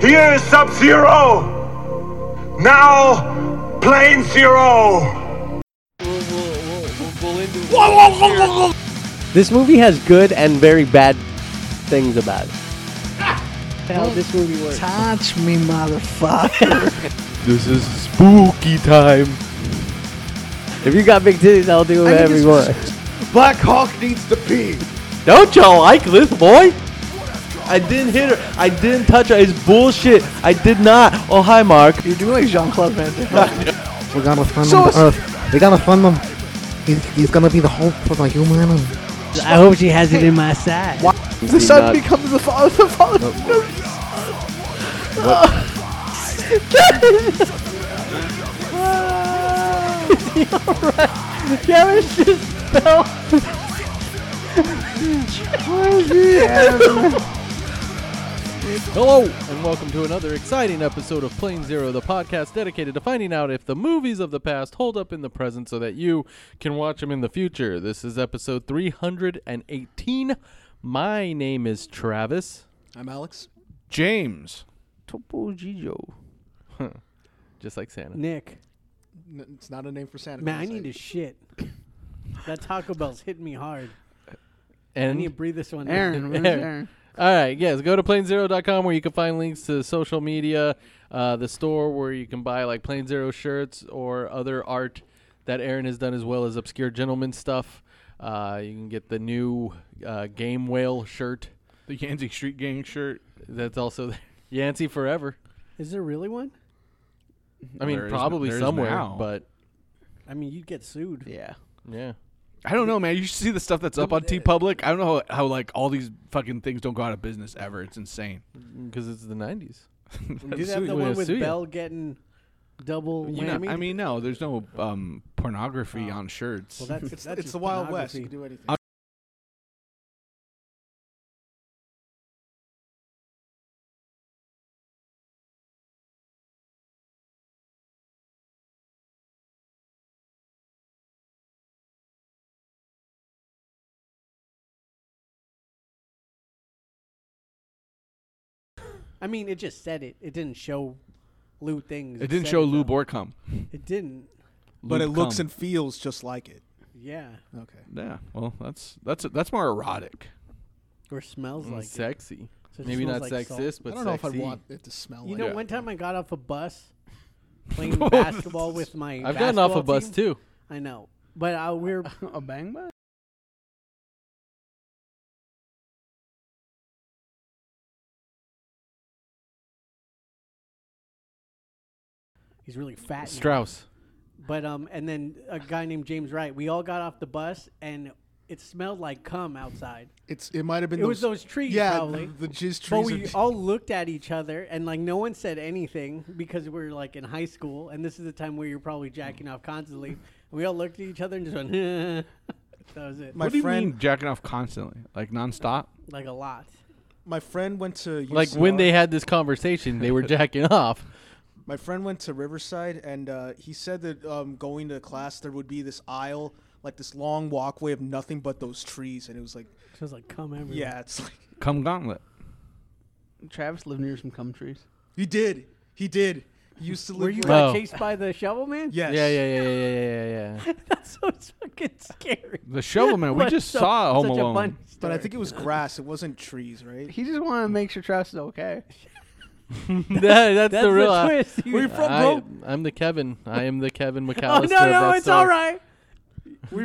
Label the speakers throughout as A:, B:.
A: Here, Sub Zero! Now, Plane Zero!
B: We'll, we'll, we'll, we'll end it.
C: This movie has good and very bad things about it. How this movie works.
D: Touch me, motherfucker.
E: This is spooky time.
C: If you got big titties, I'll do whatever you want.
E: Black Hawk needs to pee.
C: Don't y'all like this boy?
E: I didn't hit her. I didn't touch her. It's bullshit. I did not. Oh, hi, Mark.
D: You're doing like Jean Claude Van Damme.
F: We gotta fund
D: So
F: him
D: is-
F: to Earth. We gotta fund him. He's, he's gonna be the hope for the humanity.
C: I hope she has it in my side.
D: The son becomes the father. The father.
C: Yeah, it's just
E: Hello, and welcome to another exciting episode of Plane Zero, the podcast dedicated to finding out if the movies of the past hold up in the present so that you can watch them in the future. This is episode 318. My name is Travis.
D: I'm Alex.
G: James.
C: Topo Gijo.
E: Just like Santa.
H: Nick,
D: it's not a name for Santa.
H: man, I need to shit. That Taco Bell's hitting me hard. I need to
E: And
H: breathe this one.
D: Aaron.
H: in.
D: Where's Aaron?
E: all right, yes, go to planezero.com where you can find links to social media, uh, the store where you can buy like Plane Zero shirts or other art that Aaron has done as well as obscure gentleman stuff. Uh, you can get the new uh, Game Whale shirt.
G: The Yanzi Street Gang shirt.
E: That's also there. Yancey Forever.
H: Is there really one?
E: I mean,
G: There is-
E: probably
G: there is
E: somewhere,
G: now.
E: but
H: I mean, you'd get sued.
C: Yeah.
E: yeah.
G: I don't know, man. You should see the stuff that's up on T Public. I don't know how, how like all these fucking things don't go out of business ever. It's insane.
E: Because it's the 90s.
H: Do they have
E: Sue- we're
H: the one
E: gonna
H: with
E: sue you.
H: Bell getting double
G: You know,
H: whammy?
G: I mean, no, there's no um, pornography on shirts.
H: well, that's,
D: It's,
H: that's
D: it's
H: just
D: the Wild West. You
H: pornography.
D: can do anything.
H: I mean, it just said it. It didn't show Lou things.
G: it didn't
H: said
G: show
H: though.
G: lube or cum.
H: It didn't.
D: but it
G: Lube
D: looks
G: cum.
D: and feels just like it.
H: Yeah.
D: Okay.
G: yeah. Well, that's that's that's more erotic.
H: Or smells
E: Mm,
H: like it.
E: sexy.
H: So it just
E: Maybe not
H: smells like salt.
E: sexist, but
D: I don't know if
E: sexy.
D: I'd want it to smell
H: You
D: like
H: know,
G: Yeah.
H: one time I got off a bus playing basketball with my.
E: I've gotten off a
H: basketball
E: bus
H: team.
E: too.
H: I know, but uh, we we're
D: a bang bang.
H: he's really fat. now.
E: Strauss.
H: But um, and then a guy named James Wright. We all got off the bus, and it smelled like cum outside.
D: It's it might have been
H: It was those trees,
D: yeah,
H: probably.
D: the, the jizz trees.
H: But
D: are-
H: we all looked at each other, and like no one said anything because we are like in high school, and this is the time where you're probably jacking off constantly. And we all looked at each other and just went. that was it.
D: my
G: what do you
D: friend,
G: mean jacking off constantly, like nonstop?
H: Like a lot.
D: my friend went to UCR.
E: Like when they had this conversation, they were jacking off.
D: My friend went to Riverside, and uh, he said that um, going to class there would be this aisle, like this long walkway of nothing but those trees, and it was like,
H: It was like cum everywhere.
D: yeah, it's like
G: Cum gauntlet.
I: Travis lived near some cum trees.
D: he did, he did. He used to live.
H: Were you
D: right-
E: No.
H: got chased by the shovel man?
D: Yes.
E: Yeah, yeah, yeah, yeah, yeah, yeah, yeah.
H: That's so fucking scary.
G: The shovel man. We
H: That's
G: just
H: so-
G: saw Home
H: such a
G: Alone.
H: funny
D: But I
H: story.
D: think it was grass. It wasn't trees, right?
I: He just wanted to make sure Travis is okay.
E: That- that's,
H: that's
E: the real. uh,
H: twist. You-
D: Where you from,
E: I,
D: bro?
E: I'm the Kevin. I am the Kevin McAllister.
H: Oh no,
E: of
H: no,
E: that
H: it's
E: song.
H: all right. We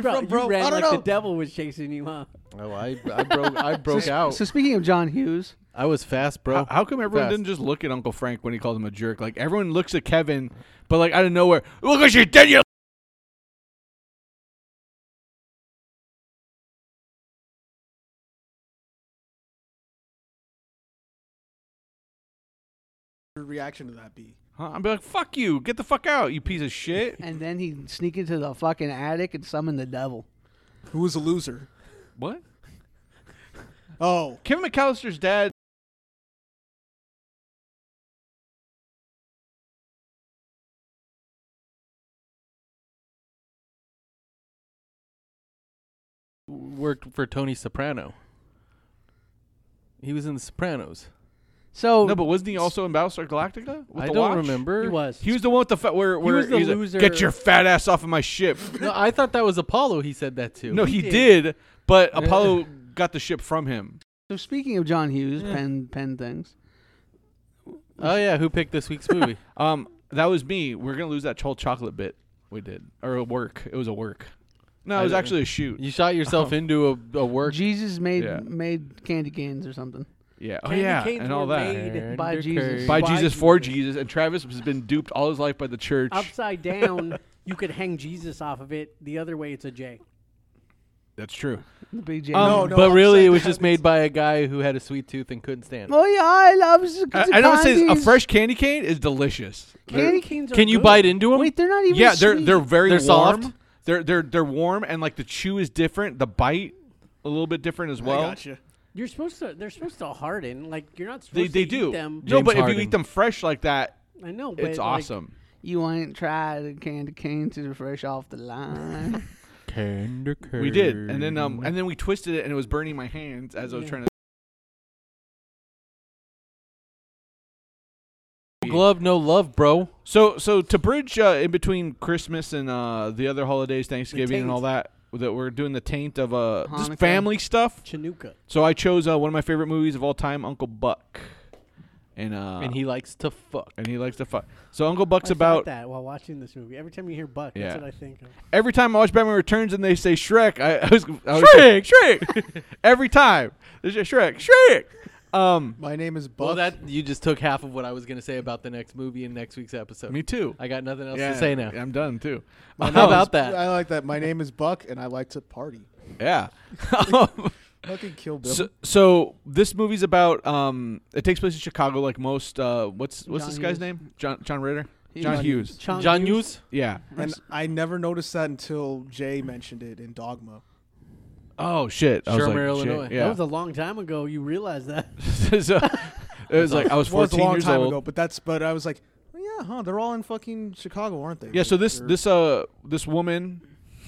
D: Where you from, bro?
H: You ran
D: I don't
H: like
D: know.
H: the devil was chasing you, huh?
E: Oh, I, I broke. I broke out.
I: So speaking of John Hughes,
E: I was fast, bro.
G: How, how come everyone
E: Fast.
G: didn't just look at Uncle Frank when he called him a jerk? Like everyone looks at Kevin, but like out of nowhere, look what you did, you.
D: Your reaction to that be?
G: Huh? I'd be like, fuck you, get the fuck out, you piece of shit.
I: and then he sneak into the fucking attic and summon the devil.
D: Who was a loser?
G: what?
D: Oh,
G: Kevin McAllister's dad.
E: worked for Tony Soprano. He was in The Sopranos.
I: So
G: No, but wasn't he also in Battlestar Galactica? With
E: I
G: the
E: don't
G: watch?
E: remember.
H: He was.
G: He was the one with the fa- where where
H: was the
G: he's like,
H: loser.
G: Get your fat ass off of my ship.
E: No, I thought that was Apollo. He said that too.
G: no, he did, but Apollo got the ship from him.
I: so speaking of John Hughes, pen pen things.
E: Oh yeah, who picked this week's movie?
G: Um, that was me. We're gonna lose that whole chocolate bit we did, or a work. It was a work. No,
E: I
G: it was
E: don't-
G: actually a shoot.
E: you shot yourself into a, a work.
I: Jesus made
G: Yeah.
I: made candy canes or something.
G: yeah. Oh
H: Candy
G: yeah,
H: canes
G: and all
H: were
G: that.
H: made
I: by Jesus.
G: By
H: by
G: Jesus for Jesus, and Travis has been duped all his life by the church.
H: Upside down, you could hang Jesus off of it. The other way, it's a J.
G: That's true.
I: The big
E: Oh,
I: J.
D: No, no,
E: but really,
D: upside
E: it was just
D: down
E: made by a guy who had a sweet tooth and couldn't stand. it.
I: oh yeah, I love. s-
G: I,
I: the
G: I don't say a
I: candies.
G: fresh candy cane is delicious.
I: candy canes. Are
E: Can you
I: good.
E: bite into him?
I: Wait, they're not even.
G: Yeah, they're
I: sweet.
G: they're very
E: They're
G: warm.
E: soft?
G: They're they're they're warm, and like the chew is different. The bite a little bit different as well.
D: gotcha.
H: You're supposed to. They're supposed to harden. Like you're not supposed
G: They
H: to
G: they
H: eat
G: do.
H: them.
G: No,
E: James
G: but if
E: Harden.
G: you eat them fresh like that,
H: I know. But
G: it's
H: like,
G: awesome.
I: You ain't tried a candy cane to fresh off the line.
E: Tender
G: we did, and then um and then we twisted it, and it was burning my hands as I was
H: Yeah.
G: trying to.
E: glove, no love, bro.
G: So so to bridge uh, in between Christmas and uh, the other holidays, Thanksgiving and all that, that we're doing the taint of uh
I: Hanukkah.
G: just family stuff.
H: Chinooka.
G: So I chose uh, one of my favorite movies of all time, Uncle Buck, and uh
E: and he likes to fuck.
G: and he likes to fuck. So Uncle Buck's
H: I thought
G: about
H: that while watching this movie. Every time you hear Buck,
G: Yeah.
H: that's what I think of.
G: every time I watch Batman Returns and they say Shrek, I, I was I always say, Shrek. every time there's just Shrek, Shrek. Um,
D: My name is Buck.
E: Well, that you just took half of what I was gonna say about the next movie in next week's episode.
G: me too.
E: I got nothing else to say now.
G: I'm done too.
E: How about
D: I
E: that?
D: like that. My name is Buck, and I like to party.
G: Yeah.
D: Fucking kill Bill.
G: so, so this movie's about um, it takes place in Chicago, like most. Uh, what's what's
I: John
G: this guy's
I: Hughes.
G: name? John John Ritter.
I: Hughes.
G: John Hughes.
H: Chong
E: John
H: Yu-
E: Hughes.
G: Yeah.
D: and I never noticed that until Jay mentioned it in Dogma.
G: Oh shit. I was
E: Shermer,
G: like, shit,
E: Illinois.
G: Yeah.
H: That was a long time ago. You realize that.
G: So, it was like I was
D: Well, it's a
G: 14
D: long
G: years
D: time
G: old.
D: ago, but that's. But I was like, "Oh, yeah, huh? They're all in fucking Chicago, aren't they?
G: Yeah. So this
D: They're-
G: this uh this woman,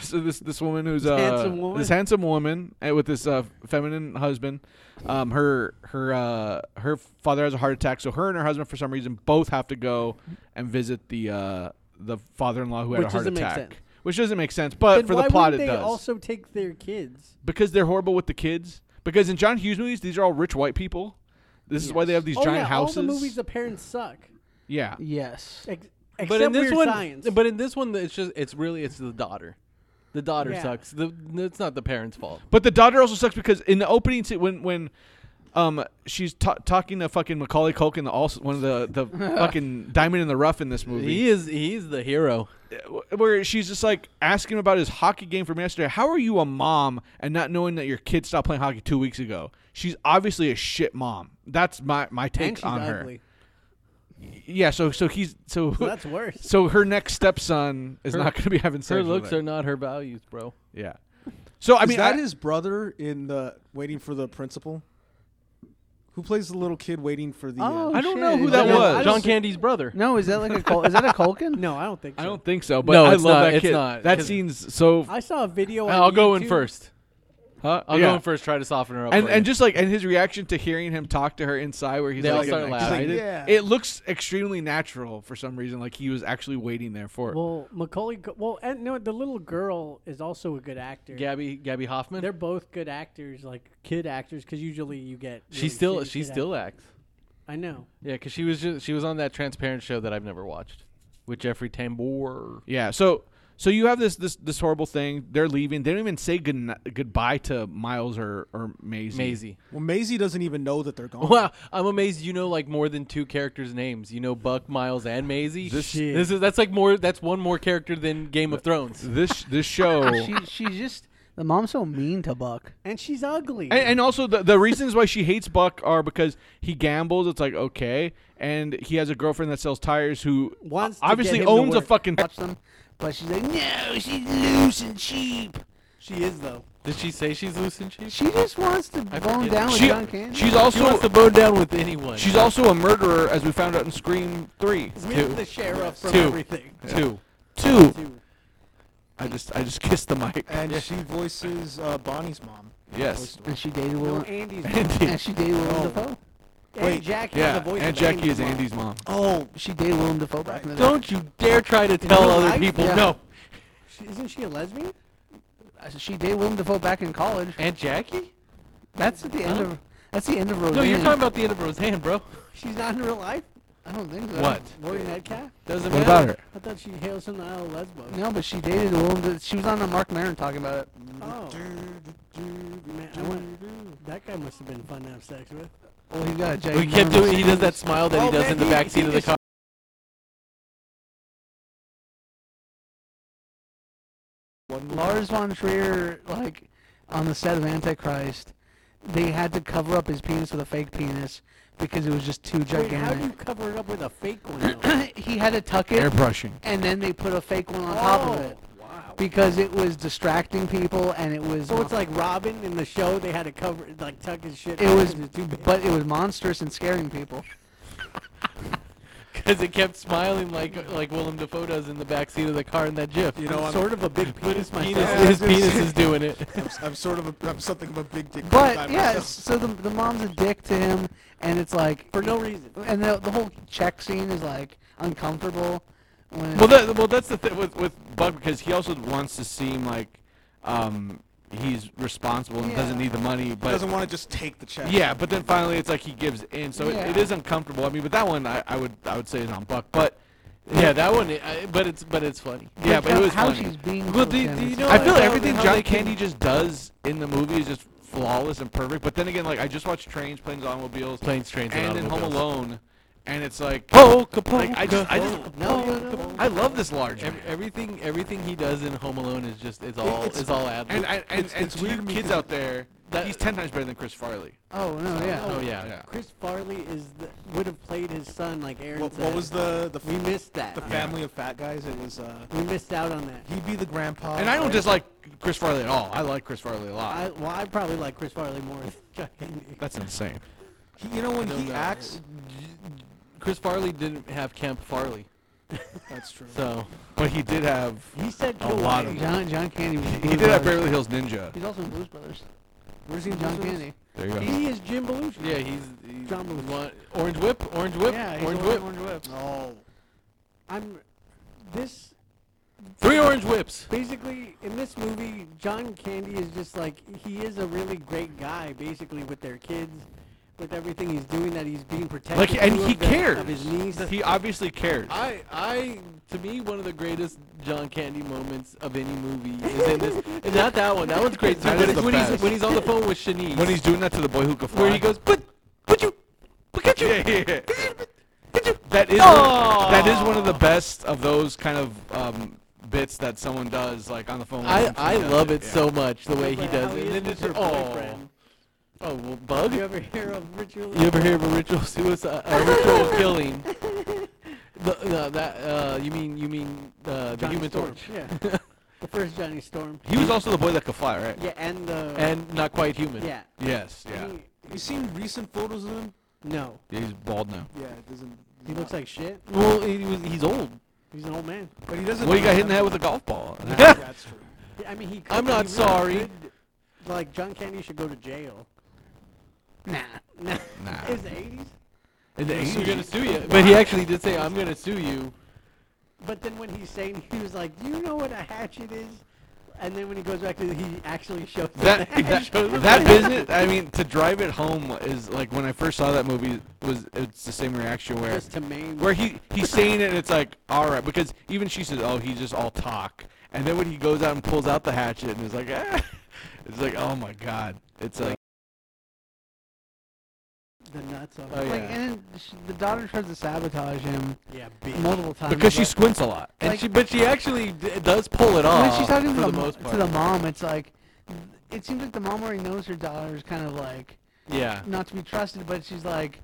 G: so this this woman who's uh
H: handsome woman?
G: this handsome woman uh, with this uh feminine husband, um her her uh her father has a heart attack, so her and her husband for some reason both have to go and visit the uh the father-in-law who had
H: Which
G: a heart
H: doesn't make
G: attack.
H: sense.
G: Which doesn't make sense, but
H: Then
G: for
H: why
G: the plot, it
H: wouldn't they
G: does.
H: also take their kids?
G: because they're horrible with the kids. Because in John Hughes movies, these are all rich white people. This is why they have these
H: oh,
G: giant
H: yeah,
G: houses.
H: All the movies, the parents suck.
G: yeah,
I: yes.
H: Ex- except
E: But in this
H: Weird
E: one,
H: science.
E: but in this one, it's just it's really it's the daughter. The daughter
H: Yeah.
E: sucks. The, it's not the parents' fault.
G: But the daughter also sucks because in the opening scene when when um she's ta talking to fucking Macaulay Culkin, the also one of the the fucking diamond in the rough in this movie,
E: He is he's the hero.
G: where she's just like asking about his hockey game from yesterday. How are you a mom and not knowing that your kid stopped playing hockey two weeks ago? She's obviously a shit mom. That's my my
H: and
G: take
H: she's
G: on
H: ugly.
G: her. Yeah. So so he's so.
H: So that's worse.
G: so her next stepson is
E: Her-
G: not going to be having sex.
E: Her
G: with
E: looks
G: her.
E: are not her values, bro.
G: yeah. So I
D: Is
G: mean,
D: that
G: I-
D: his brother in the Waiting for the Principal? Who plays the little kid waiting for the?
I: Oh,
D: uh,
G: I don't know who
I: shit.
G: that
I: Is
G: was.
I: I
E: John
I: don't-
E: Candy's brother.
I: No, is that like a Col- is that a Culkin?
H: No, I don't think. So.
G: I don't think so, but
E: No,
G: I
E: it's
G: love
E: not-
G: that
E: it's
G: kid.
E: not.
G: That
E: Cause-
G: scene's so.
H: I saw a video. on
E: I'll go in
H: YouTube.
E: first.
G: huh?
E: I'll
G: Yeah.
E: go in first. Try to soften her up.
G: And
E: for
G: and
E: you.
G: just like and his reaction to hearing him talk to her inside, where he's
E: They all
G: like
E: start laughing.
G: excited,
D: He's like, "Yeah."
G: it looks extremely natural for some reason. Like he was actually waiting there for. it.
H: Well, Macaulay. Cul- Well, and no, the little girl is also a good actor.
E: Gabby Gabby Hoffman.
H: They're both good actors, like kid actors, because usually you get.
E: she
H: really
E: still
H: shitty
E: she
H: kid
E: still
H: actors.
E: acts.
H: I know.
E: Yeah, because she was just, she was on that Transparent show that I've never watched with Jeffrey Tambor.
G: yeah. So so you have this this this horrible thing. They're leaving. They don't even say good goodbye to Miles or or Maisie.
E: Maisie.
D: well, Maisie doesn't even know that they're gone.
E: Wow, I'm amazed you know like more than two characters' names. You know Buck, Miles, and Maisie.
G: This- Shit.
E: this is that's like more that's one more character than Game of Thrones.
G: This this show.
I: She she's just the mom's so mean to Buck.
H: And she's ugly.
G: And, and also the, the reasons why she hates Buck are because he gambles. It's like okay, and he has a girlfriend that sells tires who
H: Wants to
G: obviously
H: get him to
G: owns a
H: work.
G: fucking.
I: Watch them, but she's like, no, she's loose and cheap.
H: she is though.
E: Did she say she's loose and cheap?
I: She just wants to bone
E: forget
I: down
H: Oh,
I: with
G: She-
I: John Candy.
G: she's
E: She wants to
G: also
E: bone down with anyone.
G: she's also a murderer, as we found out in Scream Three.
H: With the sheriff from
E: Two.
H: everything.
E: two.
G: Two.
H: Two.
G: I just I just kissed the mic.
D: And she voices uh, Bonnie's mom.
G: Yes.
I: and she dated
H: No,
I: Willem.
H: Andy's.
I: And she dated Willem Dafoe.
H: Aunt Jackie
G: Yeah,
H: is the voice
G: Aunt
H: of
G: Jackie
H: Andy's
G: is
H: mom.
G: Andy's mom.
I: Oh, she dated Willem Dafoe back in the day.
E: Don't you dare try to tell
H: real
E: other
H: life?
E: people
I: Yeah.
E: no.
H: She- Isn't she a lesbian?
I: I said She dated Willem Dafoe back in college.
E: Aunt Jackie?
I: That's at the end of. That's the end of Roseanne.
E: No, you're talking about the end of Roseanne, bro.
H: She's not in real life.
I: I don't think so.
E: What?
H: Lori Metcalf.
E: Doesn't
G: What about
E: matter.
G: her?
H: I thought she hails from the Isle of Lesbos.
I: No, but she dated Willem. Da- she was on the Mark Maron talking about it.
H: Oh. Man, I want, that guy must have been fun to have sex with.
I: Oh, he got a
E: We kept doing. He does that smile that he does in the back seat of the car.
H: Mm-hmm.
I: Lars von Trier, like on the set of Antichrist, they had to cover up his penis with a fake penis because it was just too
H: Wait, how do you
I: gigantic.
H: cover it up with a fake one? though?
I: he had to tuck it,
G: Airbrushing.
I: and then they put a fake one on top of it
H: Oh, Wow.
I: because it was distracting people, and it was.
H: So it's
I: mon-
H: like Robin in the show. They had to cover, like tuck his shit.
I: it
H: up
I: was,
H: 'cause it's too big.
I: but it was monstrous and scaring people.
E: Because it kept smiling like like Willem Dafoe does in the back seat of the car in that GIF.
D: You know, I'm,
H: sort of a big
E: But his
H: penis
E: penis,
H: myself.
E: his penis is doing it.
D: I'm, I'm sort of a, I'm something of a big dick.
I: But
D: guy
I: yeah,
D: myself.
I: so the the mom's a dick to him, and it's like,
H: for no reason.
I: and the, the whole check scene is like uncomfortable. When
G: Well, that, well, that's the thing with with Buck because he also wants to seem like um, he's responsible and doesn't
I: Yeah.
G: need the money,
D: He
G: but
D: doesn't want to just take the check.
G: yeah, but then finally it's like he gives in, so it, it
I: Yeah.
G: is uncomfortable. I mean, but that one I, I would I would say is on Buck, but
E: Yeah, that one. I, but it's but it's funny.
G: yeah, but it was
I: how
G: funny.
I: she's being.
E: Well,
I: told
E: do,
I: him
E: do you
I: is-
E: know?
G: I feel
E: how-
G: everything
E: how
G: John
E: they can-
G: Candy just does in the movie is just flawless and perfect. But then again, like I just watched Trains, Planes, Automobiles,
E: Planes, Trains, and
G: and then Home
E: Automobiles.
G: Alone, and it's like
E: Polka,
G: like I just I
E: polka.
G: just
H: No, no, no.
G: I love this large.
E: Ev-
G: man.
E: everything everything he does in Home Alone is just it's all it's,
D: it's-
E: all ad
G: and I, and, and
D: it's
G: to you
D: weird
G: kids out there,
E: That-
G: he's ten times better than Chris Farley.
I: Oh no, yeah.
E: oh yeah.
G: Yeah.
H: Chris Farley is the, would have played his son like Aaron
D: What,
H: said.
D: what was the the
H: We missed that.
D: the family of fat guys? It was uh,
H: we missed out on that.
D: he'd be the grandpa.
G: And I don't
D: right?
G: dislike Chris Farley at all. I like Chris Farley a lot.
H: I, well, I probably like Chris Farley more than John Candy.
G: That's insane.
D: He, you know when
E: No,
D: he
E: no.
D: acts.
E: Chris Farley didn't have Camp Farley,
D: That's true.
E: so
G: But he did have
H: He said
G: a lot
H: Hawaii.
G: of.
I: John John Candy was.
G: He did have Beverly Hills Ninja.
I: He's also in Blues Brothers.
H: Where's he in
I: John
H: Blues Brothers?
I: Candy.
G: There you go.
H: He is Jim Belushi.
E: yeah, he's, he's
H: John Belushi.
E: one, Orange Whip, Orange Whip,
H: Yeah, he's
E: Orange
H: the one
E: Whip,
H: with Orange Whip.
D: No.
H: I'm this
E: three Orange Whips.
H: basically in this movie. John Candy is just like he is a really great guy, basically with their kids, with everything he's doing that he's being protected.
G: Like, and
H: to
G: he
H: of the-
G: cares.
H: of his niece.
G: He obviously cares.
E: I I to me one of the greatest John Candy moments of any movie is in this. and not that one. That one's great too.
G: That
E: but
G: is
E: it's
G: the
E: when he's
G: best.
E: when he's on the phone with Shanice.
G: When he's doing that to the boy who could fly.
E: where he goes, but but you, but get you.
G: Yeah, yeah, yeah. That is
E: Oh.
G: that is one of the best of those kind of um, bits that someone does like on the phone.
E: I, I love it
G: Yeah.
E: so much the way he
H: But
E: does
H: how
E: it.
H: is
E: And then
H: with
E: it's
H: her
E: oh,
H: boyfriend.
E: oh well, bug.
H: You ever hear of Richard?
E: You ever hear of a ritual suicide, a ritual killing? The, no, that uh, you mean you mean uh, the
H: Johnny
E: Human
H: Storm.
E: Torch
H: Yeah. the first Johnny Storm.
G: He was also the boy that could fly, right?
H: Yeah, and the
E: and not quite human.
H: yeah.
G: Yes. Yeah.
H: He-
D: You seen recent photos of him?
H: no,
G: He's bald now.
D: Yeah, it doesn't.
H: he looks like shit.
E: Well, he was, he's old.
H: He's an old man.
D: But he doesn't.
G: Well, he got hit in the head with a golf ball.
D: Yeah, that's true.
H: Yeah, I mean, he. Could,
E: I'm
H: he
E: not
H: really
E: sorry.
H: could- like John Candy should go to jail.
I: Nah.
H: Nah.
G: Nah.
H: It's the 80s.
G: In the
E: He's gonna
G: 80s.
E: sue you. But he actually did say, "I'm gonna sue you."
H: But then when he's saying, he was like, "Do you know what a hatchet is?" And then when he goes back to, he actually shows him
G: That
H: the
G: that,
H: hatchet.
G: that business. I mean, to drive it home is like when I first saw that movie. Was it's the same reaction where
H: Just to maim.
G: where he he's saying it and it's like all right because even she says oh he's just all talk and then when he goes out and pulls out the hatchet and is like ah, it's like oh my god it's like
H: the nuts on.
E: Oh,
H: him.
E: yeah.
I: Like, and then sh the daughter tries to sabotage him
H: yeah, bitch.
I: multiple times.
G: because she
I: but-
G: squints a lot
E: And
I: Like-
E: she, but she actually d- does pull it off
I: when she's talking
E: for the,
I: to the, mo-
E: most part.
I: to the mom, it's like, it seems like the mom already knows her daughter's kind of like
E: yeah.
I: not to be trusted, but she's like,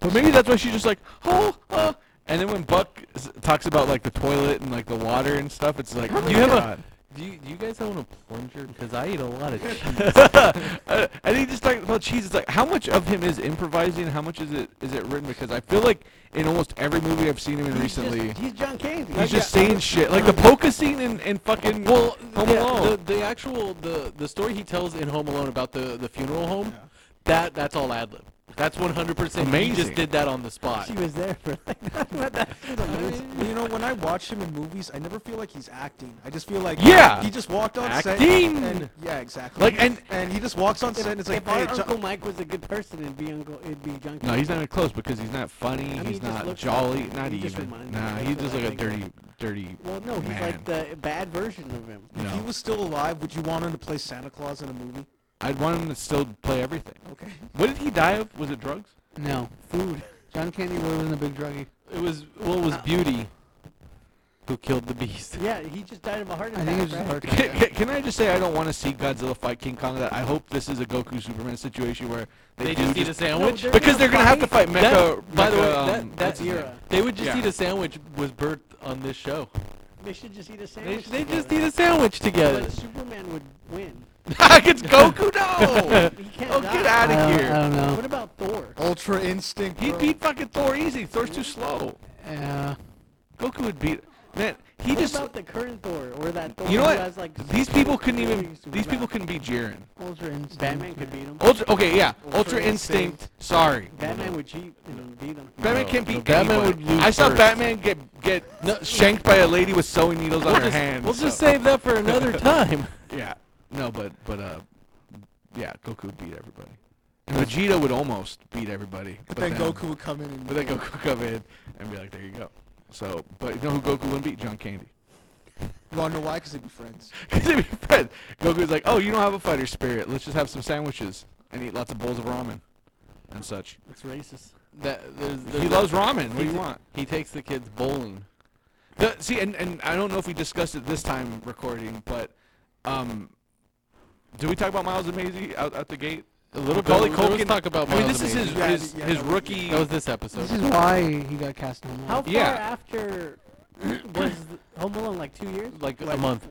G: but maybe that's why she's just like oh ah. and then when Buck s- talks about like the toilet and like the water and stuff it's like
E: Do you have
G: God.
E: a? Do you, do you guys own a plunger? Because I eat a lot of cheese.
G: Uh, and he just talking about cheese. It's like how much of him is improvising, and how much is it is it written? Because I feel like in almost every movie I've seen him in recently,
H: Just, he's John Candy.
G: He's just saying shit. Like the polka scene in, in fucking well, Home
E: yeah,
G: Alone.
E: The, the actual the the story he tells in Home Alone about the the funeral home, that that's all ad lib. That's 100%. He just
G: Amazing.
E: did that on the spot.
I: She was there for like that.
D: You know, when I watch him in movies, I never feel like he's acting. I just feel like
G: Yeah!
D: he just walked on
G: Acting!
D: set. and- Yeah, exactly.
G: Like, and-
D: and he just walks on set and it's like,
I: If our
D: hey, Jo-
I: Uncle Mike was a good person, it'd be Uncle, it'd be Junkie.
G: No, he's not even close because he's not funny.
I: mean, he
G: he's
I: just
G: not
I: looks
G: jolly.
I: like-
G: Not
I: he just
G: even.
I: reminds me
G: nah,
I: of
G: he's
I: the
G: just like a
I: acting
G: dirty, dirty.
I: Well, no, he's like
G: man.
I: the bad version of him.
D: if he
G: No,
D: was still alive, would you want him to play Santa Claus in a movie?
G: I'd want him to still play everything.
D: Okay.
G: What did he die of? Was it drugs?
H: No. Food. John Candy really wasn't a big druggie.
E: It was, well, it
G: uh,
E: was Beauty who killed the beast.
I: Yeah, he just died of a heart
H: I
I: attack.
H: think it was just a
I: right?
H: heart attack.
G: Can, can- can I just say I don't want to see Godzilla fight King Kong? That I hope this is a Goku Superman situation where they,
E: They
G: do
E: just eat a sandwich?
I: they're
G: because they're gonna have to fight Mecha.
E: That- by the way,
G: Mecha, um,
E: that, that
G: what's his
E: era,
G: name?
E: they would just
G: Yeah.
E: eat a sandwich was birthed on this show.
I: They should just eat a
E: They,
I: sandwich.
E: they just eat
I: together.
E: a sandwich together.
I: But Superman would win.
G: Ah, it's Goku. No,
I: He can't
G: oh
I: die.
G: get out of
H: I
E: Uh,
H: don't,
G: here.
H: I don't know.
I: What about Thor?
D: Ultra Instinct.
G: He'd beat fucking Thor easy. Thor's too slow.
H: Uh,
G: Goku would beat. Man, he
I: What
G: just.
I: about the current Thor or that Thor
G: You know
I: who
G: what?
I: has like
G: These people couldn't even.
I: super
G: These people
I: powers?
G: couldn't beat Jiren.
H: Ultra Instinct.
I: Batman could beat him.
G: Ultra. Okay, yeah. Ultra Instinct. Sorry.
I: Batman would cheat and beat him.
G: Batman can't beat.
E: Batman
G: anyone.
E: would lose
G: I saw
E: first.
G: Batman get get shanked by a lady with sewing needles on her
E: just,
G: hand.
E: we'll just
G: so-
E: save that for another time.
G: Yeah. No, but but uh, yeah. Goku beat everybody. And Vegeta would almost beat everybody. But,
D: Then Goku would come in and
G: But then Goku come in and be like, "There you go." So, but you know who Goku wouldn't beat? John Candy.
D: you want to know why? Because they'd be friends.
G: Because they'd be friends. Goku's like, oh, you don't have a fighter spirit. Let's just have some sandwiches and eat lots of bowls of ramen and such.
I: It's racist.
E: That, there's, there's
G: He loves ramen. What do you want?
E: He takes the kids bowling.
G: The, see, and, and I don't know if we discussed it this time recording, but um, did we talk about Miles and Maisie out at the gate? A
E: little bit.
G: Macaulay
E: There was
G: Culkin-
E: talk about
G: I mean,
E: Miles
G: this is
E: and
G: his
D: Maisie.
G: his,
D: Yeah, yeah,
G: his
D: that was-
G: rookie.
E: That was this episode.
H: This is why he got cast in.
I: How far
G: Yeah.
I: after was Home Alone? Like two years?
E: like, a month.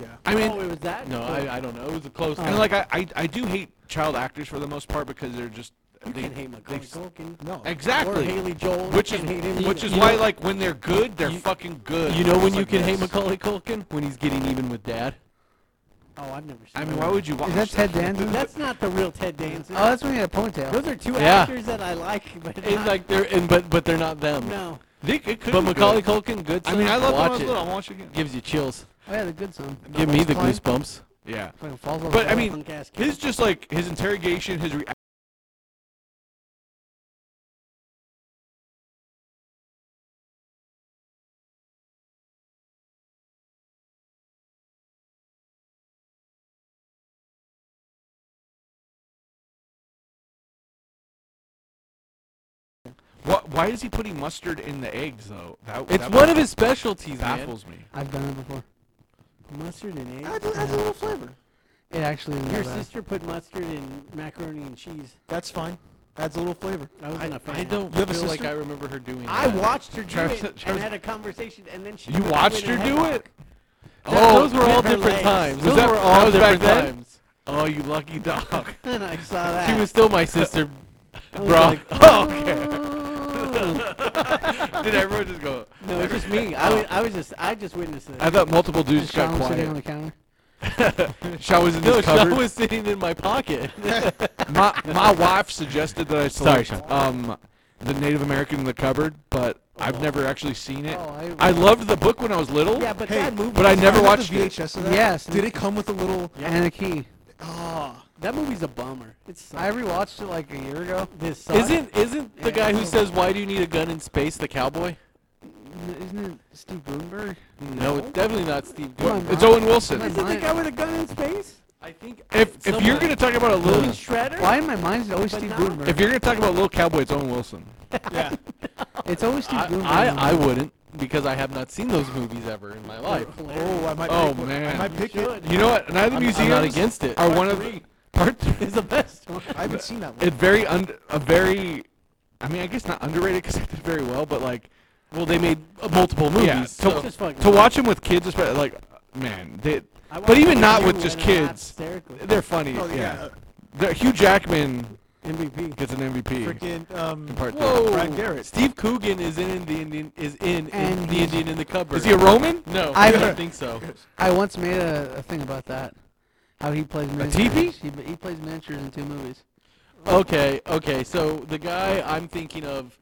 D: Yeah.
G: I mean,
I: oh, it was that.
E: No, I, I don't know. It was a close.
G: and like I, I I do hate child actors for the most part because they're just
I: you
G: they,
I: can't hate Macaulay
G: they-
I: Culkin.
D: No.
I: Or
G: exactly
I: Haley Joel.
G: Which
I: You
G: is
I: can't hate him
G: which
I: either.
G: is
E: You
G: why,
E: know-
G: like, when they're good, they're
E: You-
G: fucking good.
E: you know when
G: It's
E: you
G: like
E: can hate
G: this.
E: Macaulay Culkin when he's getting even with Dad.
I: Oh, I've never seen.
G: I mean,
I: that.
G: why would you watch?
H: Is that Ted Danson?
I: That's not the real Ted Danson.
H: oh, that's when he had a ponytail.
I: Those are two
E: Yeah.
I: actors that I like, but
E: It's
I: not-
E: like they're and but but they're not them.
I: no.
G: Dick, it could
E: But
G: be
E: Macaulay
G: good.
E: Culkin, good.
G: I
E: son,
G: mean, I love when I
E: watch
G: was
E: it.
G: little. I'll watch it again.
E: Gives you chills.
H: Oh yeah, the good son.
E: Give me the goosebumps.
G: Yeah,
H: Fucking falls off
G: but
H: the
G: I
H: wall.
G: mean,
I: Punk-ass kid.
G: his just like his interrogation, his reaction. Why is he putting mustard in the eggs though? That,
E: It's
G: that
E: one of his specialties, man.
G: baffles me.
H: I've done it before.
I: mustard and egg.
D: Adds, a- adds a little flavor.
H: It actually is
I: Your
H: that bad.
I: sister put mustard in macaroni and cheese.
D: That's fine. Adds a little flavor.
I: I wasn't a fan.
E: I don't
D: You have a
E: feel like
D: sister?
E: I remember her doing
I: I
E: that.
I: watched her do
G: Travis-
I: it and
G: Travis-
I: had a conversation, and then she.
G: You watched her do it?
E: Oh, those were all
I: with her
E: different
I: legs.
E: times.
G: Was
E: Those
G: that-
E: were
G: that
E: all
G: was back
E: different
G: then?
E: times.
G: Oh, you lucky dog.
I: And I saw that.
E: She was still my sister,
I: was
E: bro.
I: like,
G: Oh, Did everyone just go?
I: No, it's just me. I was, I was just, I just witnessed it.
G: I thought multiple dudes just got
H: Sean was sitting on
G: quiet.
H: the counter.
G: Shaw was in
E: No,
G: this
E: Shaw
G: cupboard.
E: was sitting in my pocket.
G: my my wife suggested that I
E: Sorry,
G: select um the Native American in the cupboard, but I've never actually seen it.
H: Oh, I-
G: I loved the book when I was little.
I: yeah, but
D: Hey,
I: that movie,
G: but I never
D: Remember
G: watched
D: the
G: it.
D: VHS of that?
H: Yes.
D: Did it come with a little?
H: And a key.
D: Ah.
I: that movie's a bummer. It's
H: I rewatched it like a year ago.
I: this sucks.
E: Isn't isn't the guy who says why do you need a gun in space the cowboy?
H: N- Isn't it Steve Bloomberg?
E: No, it's definitely not Steve
H: Come
E: Gordon.
H: on,
G: It's
H: Mom.
G: Owen Wilson.
H: Come
I: Is
H: on.
I: it the guy with a gun in space?
E: I think
G: If if
E: someone-
G: you're gonna talk about a
I: In
G: little,
I: Shredder?
H: Why in my mind is it always
I: But
H: Steve
I: not-
H: Bloomberg?
G: if you're gonna talk about little cowboy, it's Owen Wilson.
D: Yeah.
H: it's always Steve
E: I,
H: Bloomberg. in my
E: I I
H: mind.
E: wouldn't because I have not seen those movies ever in my life.
D: oh, I might.
G: Oh,
D: pick one.
G: man.
D: I might pick it.
G: You know what? Neither
E: I'm,
G: museums
E: I'm not against it.
G: are one of the part. Three.
I: It's the best one.
D: I haven't seen that one.
G: It very und- a very, I mean, I guess not underrated because it did very well, but like
E: Well, they made uh, multiple movies.
G: Yeah,
E: so-
I: Just fucking
G: to watch them with kids, especially like man, they.
I: I watched
G: But even
I: it
G: not
I: you
G: with just
I: and I laughed
G: kids,
I: hysterically.
G: they're funny.
D: Oh,
G: yeah,
D: yeah.
G: They're- Hugh Jackman
I: MVP.
G: gets an MVP.
D: Freaking um.
G: part two.
E: Whoa!
D: Brad Garrett.
E: Steve Coogan is in the Indian is in, in
H: And
E: the Indian in the cupboard.
G: Is he a Roman?
E: no, I
H: I've-
E: don't think so.
H: I once made a, a thing about that. How he plays miniatures.
G: teepee?
H: He, he plays miniatures in two movies.
E: Okay, okay. So the guy I'm thinking of,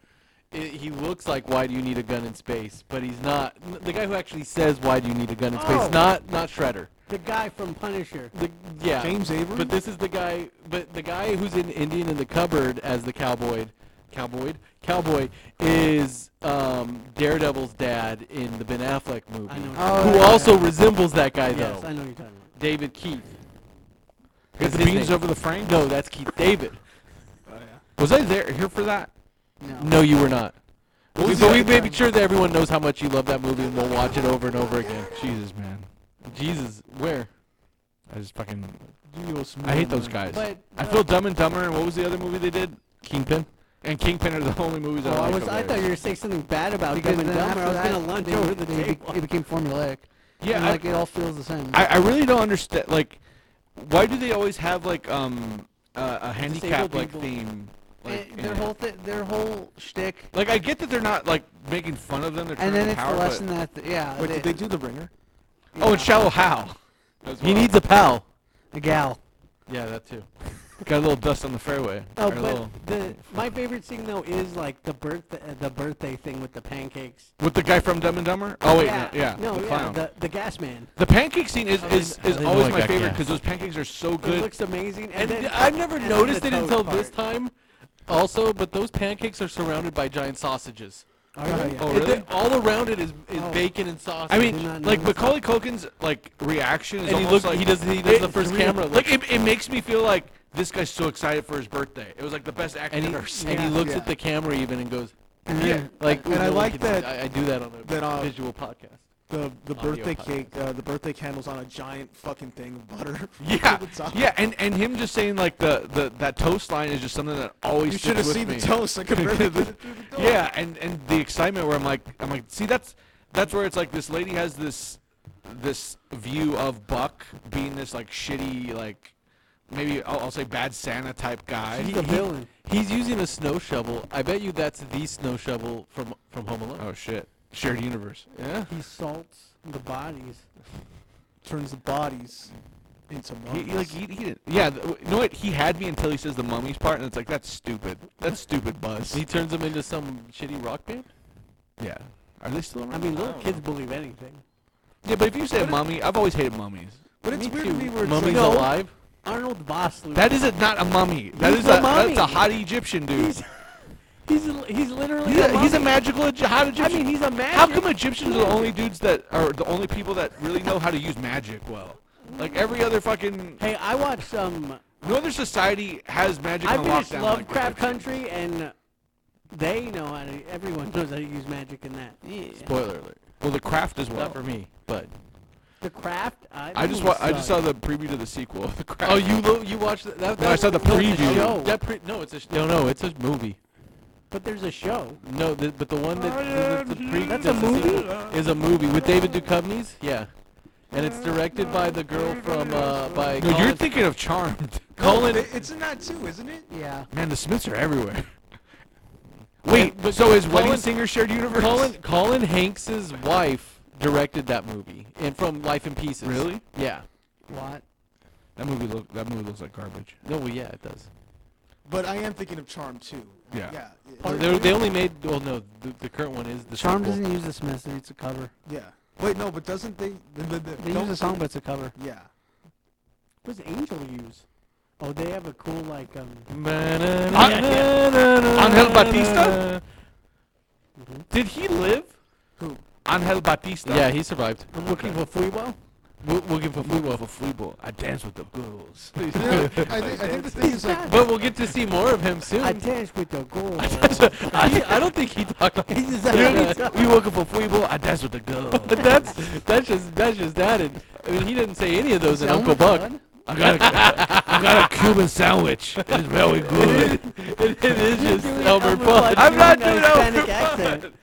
E: i he looks like "Why do you need a gun in space?" But he's not n- the guy who actually says "Why do you need a gun in space?"
I: Oh.
E: Not not Shredder.
I: The guy from Punisher.
E: The, yeah,
D: James Avery?
E: But this is the guy. But the guy who's in Indian in the cupboard as the cowboy, cowboy, cowboy is um, Daredevil's dad in the Ben Affleck movie,
I: I know. what
H: Oh,
E: who
H: yeah,
E: also resembles that guy
I: you're- yes,
E: though.
I: I know what you're talking about.
E: David Keith.
G: Get the
E: That's his
G: beans
E: name.
G: over the frame. Oh,
E: No, that's Keith David.
G: Was I there here for that?
E: No, you were not.
G: What
E: We,
G: was
E: but
G: the
E: we
G: other
E: made
G: time?
E: sure that everyone knows how much you love that movie and we'll watch it over and over again.
G: Jesus, man.
E: Jesus, where?
G: I just fucking. I hate those guys.
I: But
G: I feel Dumb and Dumber, and what was the other movie they did?
E: Kingpin?
G: And Kingpin are the only movies
I: Oh,
G: I
I: I,
G: like.
I: was, I
G: over
I: thought
G: there.
I: you were saying something bad about
H: Because
I: Dumb and
H: then
I: Dumber. I was
H: after
I: going to
H: that,
I: lunch
H: they-
I: over the
H: they be-
I: table.
H: It became formulaic.
G: Yeah,
H: And,
G: I-
H: like it all feels the same.
G: I, I really don't understand. Like, why do they always have like um uh, a handicap like
I: people.
G: theme? Like,
H: And
G: in
H: their
G: it?
H: whole thi- their whole shtick,
G: like I get that they're not like making fun of them. They're trying
H: and then
G: to
H: it's
G: empower,
H: the
G: but-
H: lesson that th- yeah,
D: Wait,
H: they-
D: did they do the ringer?
G: Oh, and Shallow Hal.
E: He needs a pal.
H: the gal.
E: Yeah, that too.
G: got a little dust on the fairway.
I: Oh,
G: Or a little-
I: but the, my favorite thing though is like the birthday the birthday thing with the pancakes.
G: with the guy from Dumb and Dumber. Oh wait, no, yeah,
I: no,
G: the
I: yeah,
G: clown.
I: the the gas man.
G: The pancake scene is is,
E: didn't- I
G: is
E: didn't
G: always
E: like
G: my
E: that
G: favorite
E: guy.
G: because those pancakes are so
I: It
G: good.
I: looks amazing.
E: And
I: And, then,
E: I've never
I: and then
E: noticed
I: the
E: it
I: toad
E: until this
I: part.
E: time. Also, but those pancakes are surrounded by giant sausages.
G: oh
E: And
G: really?
E: they- All around it is, is bacon and sausage.
G: I
I: did not
G: mean, like
I: notice
G: Macaulay Culkin's like reaction is
E: Mm-hmm. And he
G: almost
E: looks-
G: like
E: he does- he does
G: it-
E: the first
G: it's real.
E: camera look.
G: Like it, it makes me feel like this guy's so excited for his birthday. It was like the best act
E: and
G: I've
E: he,
G: ever seen.
E: and he looks
D: Yeah.
E: at the camera even and goes,
G: Yeah,
E: like,
D: And
E: ooh,
D: I
E: no one
D: like
E: can
D: that-
E: See, I, I do that on a
D: that, uh,
E: visual podcast.
D: The the
E: Audio
D: birthday
E: podcast.
D: cake, uh, the birthday candles on a giant fucking thing of butter.
G: yeah,
D: Over the top.
G: yeah, and, and him just saying like the, the that toast line is just something that always
D: You should
G: sticks
D: have
G: with
D: seen
G: me.
D: the toast. I could barely get it through the door.
G: Yeah, and and the excitement where I'm like I'm like see that's that's where it's like this lady has this this view of Buck being this like shitty like maybe I'll, I'll say bad Santa type guy.
I: He's the villain.
E: He's using a snow shovel. I bet you that's the snow shovel from, from Home Alone.
G: Oh shit, shared universe.
E: Yeah.
I: He salts the bodies.
D: Turns the bodies into
G: He,
D: mummies.
G: he, like he, he didn't. Yeah, th- w- you know what? He had me until he says the mummies part, and it's like that's stupid. That's stupid, Buzz.
E: He turns him into some shitty rock band?
G: yeah. Are they still around?
I: I mean, little kids believe anything.
G: yeah, but if you say mummy, I've always hated mummies.
D: but it's weird to me where it's
E: Mummy's
D: like,
E: alive?
I: Arnold Vosloo.
G: That is a, not a mummy. That
I: He's
G: is
I: the
G: a that's a
I: mummy.
G: hot Egyptian dude.
I: he's he's li- he's literally
G: He's a, he's a
I: mummy.
G: magical Egy- hot
I: I
G: Egyptian.
I: mean, he's a magic.
G: how come Egyptians are the only dudes that are the only people that really know how to use magic well? Like every other fucking
I: Hey, I watched some.
G: no other society has magic
I: I
G: on lockdown.
I: finished
G: like the
I: Lovecraft
G: Egyptians.
I: Country, and they know how to. Everyone knows how to use magic in that.
E: Spoiler alert.
G: Well, the craft as well.
E: Not for me, but.
I: The craft. uh, I,
G: I just
I: wa-
G: wa- I just saw the preview to the sequel. of The craft.
E: Oh, you lo- you watched that? that
G: No, I saw the
E: no, it's a
G: preview.
E: show. That pre- no, it's a sh- no, no, it's a movie.
I: But there's a show.
E: No, the, but the one that that's, the pre-
G: That's
E: a movie is a movie with David Duchovny's. Yeah, and it's directed by the girl from uh, by.
G: No, you're
E: Colin-
G: thinking of Charmed.
D: Colin, it's in that too, isn't it?
H: Yeah,
G: Man, the Smiths are everywhere. Wait,
E: but
G: so is
E: Colin-
G: Wedding Singer shared universe?
E: Colin Colin Hanks's wife directed that movie, and from Life in Pieces.
G: Really?
E: Yeah.
H: what?
G: That movie look that movie looks like garbage.
E: No, well, yeah, it does.
D: But I am thinking of Charm too.
G: Yeah.
D: Yeah.
E: Oh,
D: yeah.
E: they they only made. Well, no, the, the current one is the
H: Charm
E: sequel.
H: doesn't use the Smiths; it's a cover.
D: Yeah. Wait, no, but doesn't they? They, they,
H: They use the song, but it's a cover.
D: Yeah.
I: What does Angel use? Oh, they have a cool like um.
G: Angel
E: Uh,
G: Batista? Did he live?
D: Who?
G: Angel Batista.
E: Mm-hmm. Yeah, he survived.
I: I'm looking for Fuibo.
E: We'll, we'll give a football.
G: Fuibo. I dance with the girls.
D: I, think, I think the thing is like,
E: But we'll get to see more of him soon.
I: I
E: I,
I: dance with the girl.
E: I don't think he talked like
I: He's exactly
G: we woke up for Fuibo. I dance with the girls.
E: But that's that's just that's just that. And I mean, he didn't say any of those in Uncle Buck.
G: I got a, I got a Cuban sandwich. It's very good.
E: It, it is just
I: Elmer
E: Elmer Fudd.
I: I'm
G: not
I: doing
G: doing Elmer
I: Hispanic accent.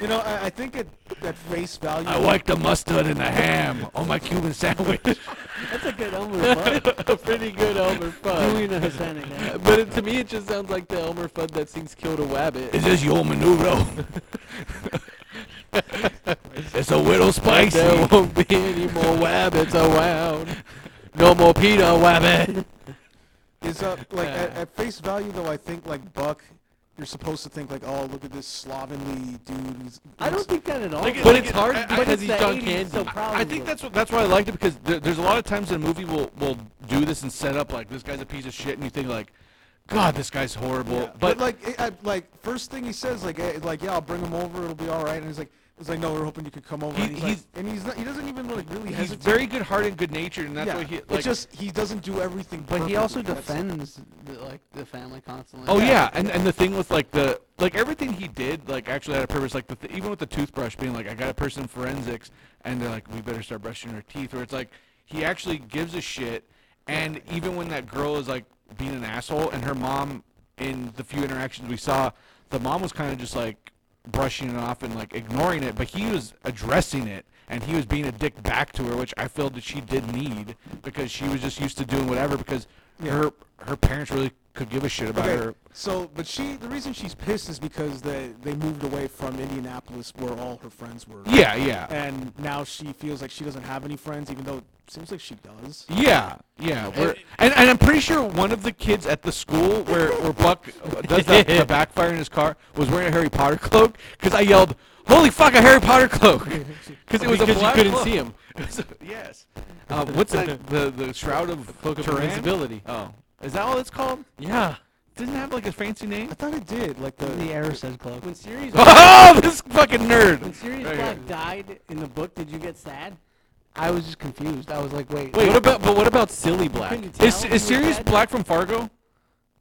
D: you know, I, I think at, at face value.
G: like the mustard and the ham on my Cuban sandwich.
I: That's a good Elmer Fudd.
E: a pretty good Elmer Fudd.
I: doing a Hispanic accent.
E: But it, to me, it just sounds like the Elmer Fudd that sings "Kill a Wabbit."
G: this your manuro? it's a little
E: There won't be any more wabbits around. No more Peter Wabbit.
D: is uh, like at, at face value though. I think like Buck, you're supposed to think like, oh, look at this slovenly dude. Who's,
I: I don't think that at all.
G: Like,
I: but
G: like,
I: it's hard
G: I- I- because
I: because he's
G: he's
I: done candy. So probably.
G: I think that's what, that's why I liked it because there, there's a lot of times in a movie will will do this and set up like this guy's a piece of shit and you think like, God, this guy's horrible.
D: Yeah,
G: but,
D: but, like, it, I, like first thing he says, like, eh, like yeah, I'll bring him over. It'll be all right. And he's like, he's like, no, we're hoping you could come over.
G: He-
D: and he's, like,
G: he's-
D: and he's not, he doesn't even like really
G: he's
D: hesitate.
G: very good hearted and good natured and that's
D: yeah,
G: why he
D: it's
G: like.
D: just he doesn't do everything.
H: But he
D: perfectly.
H: also
D: That's-
H: defends the, like the family constantly.
G: Oh yeah, and and the thing with like the like everything he did like actually had a purpose. Like the th- even with the toothbrush being like I got a person in forensics, and they're like we better start brushing our teeth. Where it's like he actually gives a shit, and even when that girl is like being an asshole, and her mom in the few interactions we saw, the mom was kind of just like brushing it off and like ignoring it, but he was addressing it. And he was being a dick back to her, which I feel that she did need because she was just used to doing whatever because her her parents really could give a shit about
D: Okay,
G: her.
D: so but she the reason she's pissed is because they they moved away from Indianapolis where all her friends were.
G: Yeah, yeah.
D: And now she feels like she doesn't have any friends, even though it seems like she does.
G: Yeah, yeah. We're, and, and I'm pretty sure one of the kids at the school where, where Buck does that, the backfire in his car was wearing a Harry Potter cloak because I yelled, holy fuck, a Harry Potter cloak! Because it was a
E: Because you
G: black
E: couldn't
G: cloak.
E: see him.
G: So- yes. Uh, what's that? The, the Shroud of
E: Cloak of
G: Turin?
E: Invisibility.
G: Oh. Is that all it's called?
E: Yeah.
G: Doesn't it have like a fancy name?
D: I thought it did. Like the,
H: The error says cloak.
I: when Sirius
G: Oh, this fucking
I: when
G: nerd!
I: Sirius
G: Right
I: Black
G: here.
I: died in the book, did you get sad?
H: I was just confused. I was like, wait,
E: Wait, what about but what about Silly Black?
I: Couldn't tell
G: Is,
I: you were
G: is Sirius
I: sad?
G: Black from Fargo?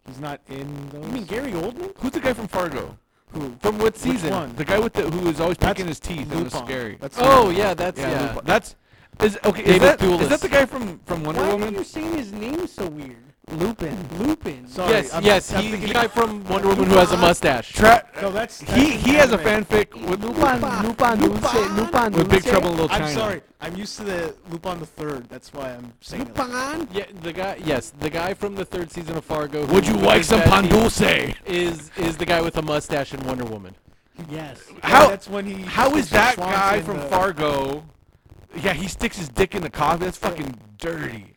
D: he's not in those.
I: You mean Gary Oldman?
G: Who's the guy from Fargo?
D: Who?
G: From what season?
D: one?
G: The guy with the who is always
D: That's
G: picking his teeth and was
D: Lupin.
G: scary.
D: That's
E: Oh yeah, that's yeah.
G: yeah, Lupin. that's is okay. Is
E: David
G: that,
E: Thewlis.
G: is that the guy from from Wonder
I: Why are
G: Woman?
I: you saying his name so weird?
H: Lupin.
I: Lupin.
D: Sorry,
E: Yes,
D: I'm-
E: yes,
D: I'm
E: he,
D: thinking-
E: the guy from Wonder Woman who has a mustache.
G: Tra-
D: No, that's, that's
G: he he has a
D: anime.
G: fanfic with
H: Lupin, Lupin, Dulce, Lupin,
G: with Big
H: Dulce.
G: Trouble in Little China.
D: I'm sorry. I'm used to the Lupin the Third. That's why I'm saying it. like-
H: Lupin.
E: Yeah, the guy. Yes, the guy from the third season of Fargo. who
G: Would you
E: with
G: like
E: his
G: some
E: bad
G: pan
E: teeth
G: dulce?
E: Is is the guy with a mustache in Wonder Woman?
I: yes.
G: How
D: that's when he.
G: how
D: sticks
G: is
D: his
G: that
D: swans
G: guy
D: in
G: from
D: the-
G: Fargo? Yeah, he sticks his dick in the coffee. That's fucking dirty.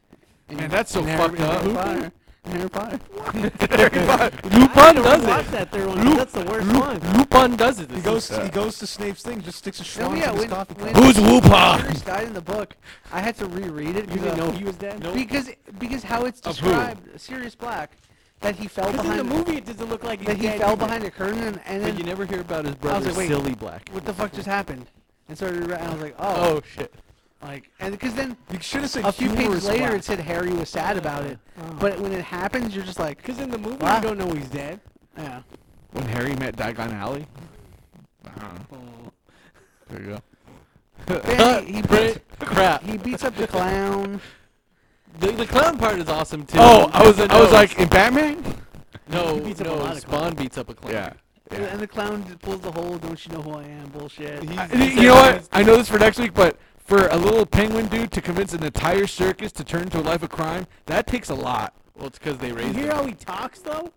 G: Man, that's so
H: And
G: fucked
H: Harry
G: up.
H: Potter. Harry Potter.
G: Harry Potter.
I: I
E: Lupin
I: don't
E: does
I: watch
E: it.
I: that third one. 'cause
E: Lu-
I: that's the worst
E: Lu-
I: one.
E: Lupin does it.
D: He
E: This
D: goes.
E: is-
D: He goes to Snape's thing. Just sticks his
H: No,
D: schwanz
H: yeah,
D: in his
H: when,
D: coffee cup.
H: when
G: Who's
E: Uh-huh.
H: Sirius
G: Whoopa?
H: died in the book, I had to reread it
I: You
H: because,
I: didn't know he was dead?
H: because because how it's
G: Of who?
H: described, Sirius Black, that he fell
I: Because in
H: behind
I: the movie, it doesn't look like he's
H: that he
I: dead
H: fell
I: either.
H: behind a curtain and, and
E: But you
H: then
E: never hear about his
H: was
E: brother
H: like, wait.
E: Silly Black.
H: what the fuck just happened? And so I reread, and I was like,
E: Oh
H: oh,
E: shit.
H: like, and because then
D: You should have said
H: a few
D: humorous
H: pages later
D: black.
H: it said Harry was sad about it, but when it happens, you're just like,
I: Because in the movie,
H: Wow.
I: you don't know he's dead.
H: yeah,
G: When Harry met Diagon Alley. There you go.
H: Then he, he beats,
E: Crap.
H: he beats up the clown.
E: The, the clown part is awesome too.
G: Oh, I was
E: The
G: I was
E: nose.
G: like in Batman.
E: no,
I: beats up a lot
E: no.
I: of
E: Spawn beats up a clown.
G: Yeah.
H: And the clown d- pulls the whole "Don't you know who I am?" bullshit.
G: I- you know what? I know this for next week, but for a little penguin dude to convince an entire circus to turn into a life of crime, that takes a lot.
E: Well, it's because they
I: You
E: raised
I: hear
E: him.
I: how he talks, though?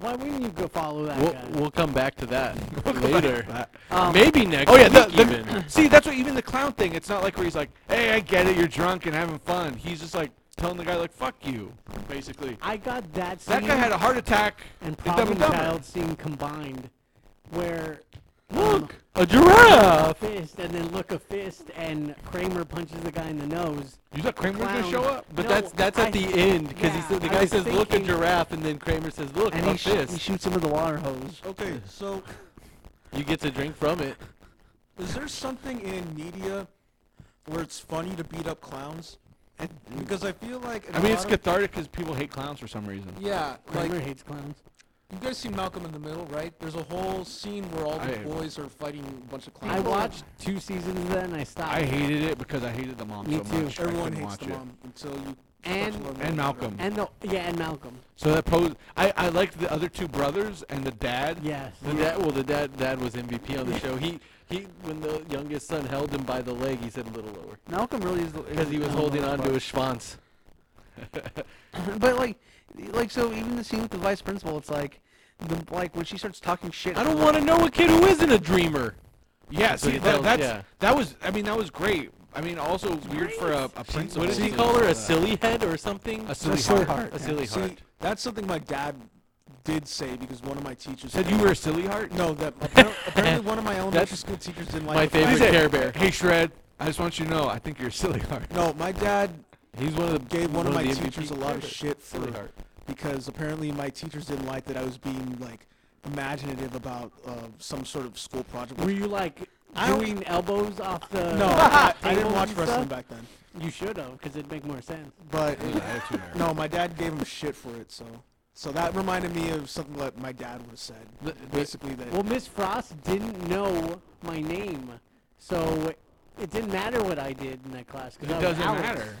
I: Why wouldn't you go follow that
E: We'll,
I: guy?
E: we'll come back to that later.
H: Um,
E: Maybe next
G: Oh yeah, the,
E: week
G: the,
E: even.
G: see that's what even the clown thing. It's not like where he's like, "Hey, I get it, you're drunk and having fun." He's just like telling the guy like, "Fuck you," basically.
I: I got that scene
G: That guy had a heart attack. in
I: and
G: Dumb
I: problem
G: Dumber.
I: child scene combined, where
E: Look, a giraffe.
I: a fist and then look a fist and Kramer punches the guy in the nose.
G: You thought Kramer was gonna
I: Clown.
G: show up?
E: But
I: No,
E: that's that's at
I: I-
E: the end because
I: yeah,
E: he said the
I: I
E: guy
I: was
E: says, "Look a
I: thinking-
E: giraffe," and then Kramer says, "Look,
H: and
E: a
H: he, sh-
E: fist."
H: he shoots him with a water hose.
D: Okay, so
E: you get to drink from it.
D: is there something in media where it's funny to beat up clowns? Because I feel like in
G: I
D: a
G: mean, it's
D: lot of-
G: cathartic because people hate clowns for some reason.
D: Yeah, like
I: Kramer hates clowns.
D: you guys seen Malcolm in the Middle, right? There's a whole scene where all the
G: I-
D: boys are fighting a bunch of clowns.
I: I watched two seasons of that and I stopped.
G: I hated it because I hated the mom
I: Me
G: so
I: too.
G: much. I
D: Everyone
G: couldn't
D: hates
G: watch
D: the
G: it.
D: mom until you. start to learn
I: And-
G: and
D: more about
G: Malcolm.
D: her.
I: and the yeah and Malcolm.
G: So that pose, I, I liked the other two brothers and the dad.
I: Yes.
E: The dad, well, the dad dad was MVP on the show. He he, when the youngest son held him by the leg, he said a little lower
H: Malcolm really is
E: because he was
I: Oh,
E: holding on to his schwanz.
H: But like, like so even the scene with the vice principal, it's like, the, like when she starts talking shit.
E: I don't want to know a kid who isn't a dreamer.
G: Yeah,
E: what
G: see,
E: he
G: that,
E: tells-
G: that's
E: yeah.
G: that was. I mean, that was great. I mean, also weird for a, a prince.
E: What did he call her? A silly head or something?
G: A silly
D: silly
G: heart.
D: heart.
E: A silly
D: See,
E: heart.
D: that's something my dad did say because one of my teachers
G: Said you were a silly heart.
D: No, that appar- apparently one of my elementary school teachers didn't like
E: my
D: the fact
E: favorite
D: that-
E: Care Bear.
G: Hey, Shred. I just want you to know. I think you're a silly heart.
D: No, my dad
E: He's one of the
D: gave one, of my
E: the MVP
D: teachers a lot of
E: characters.
D: shit for
E: Silly heart.
D: because apparently my teachers didn't like that I was being like imaginative about uh, some sort of school project.
H: Were you like
D: I don't-
H: doing elbows off the?
D: no, I, I
H: tables
D: didn't watch
H: and
D: wrestling
H: stuff?
D: back then,
H: You should have, because it'd make more sense.
D: but
G: Attitude error.
D: no, my dad gave him shit for it. So, so that reminded me of something that my dad would have said. Basically, that
H: Well, Miss Frost didn't know my name, so it didn't matter what I did in that class. Cause I
G: It
H: was
G: doesn't
H: Alex.
G: matter.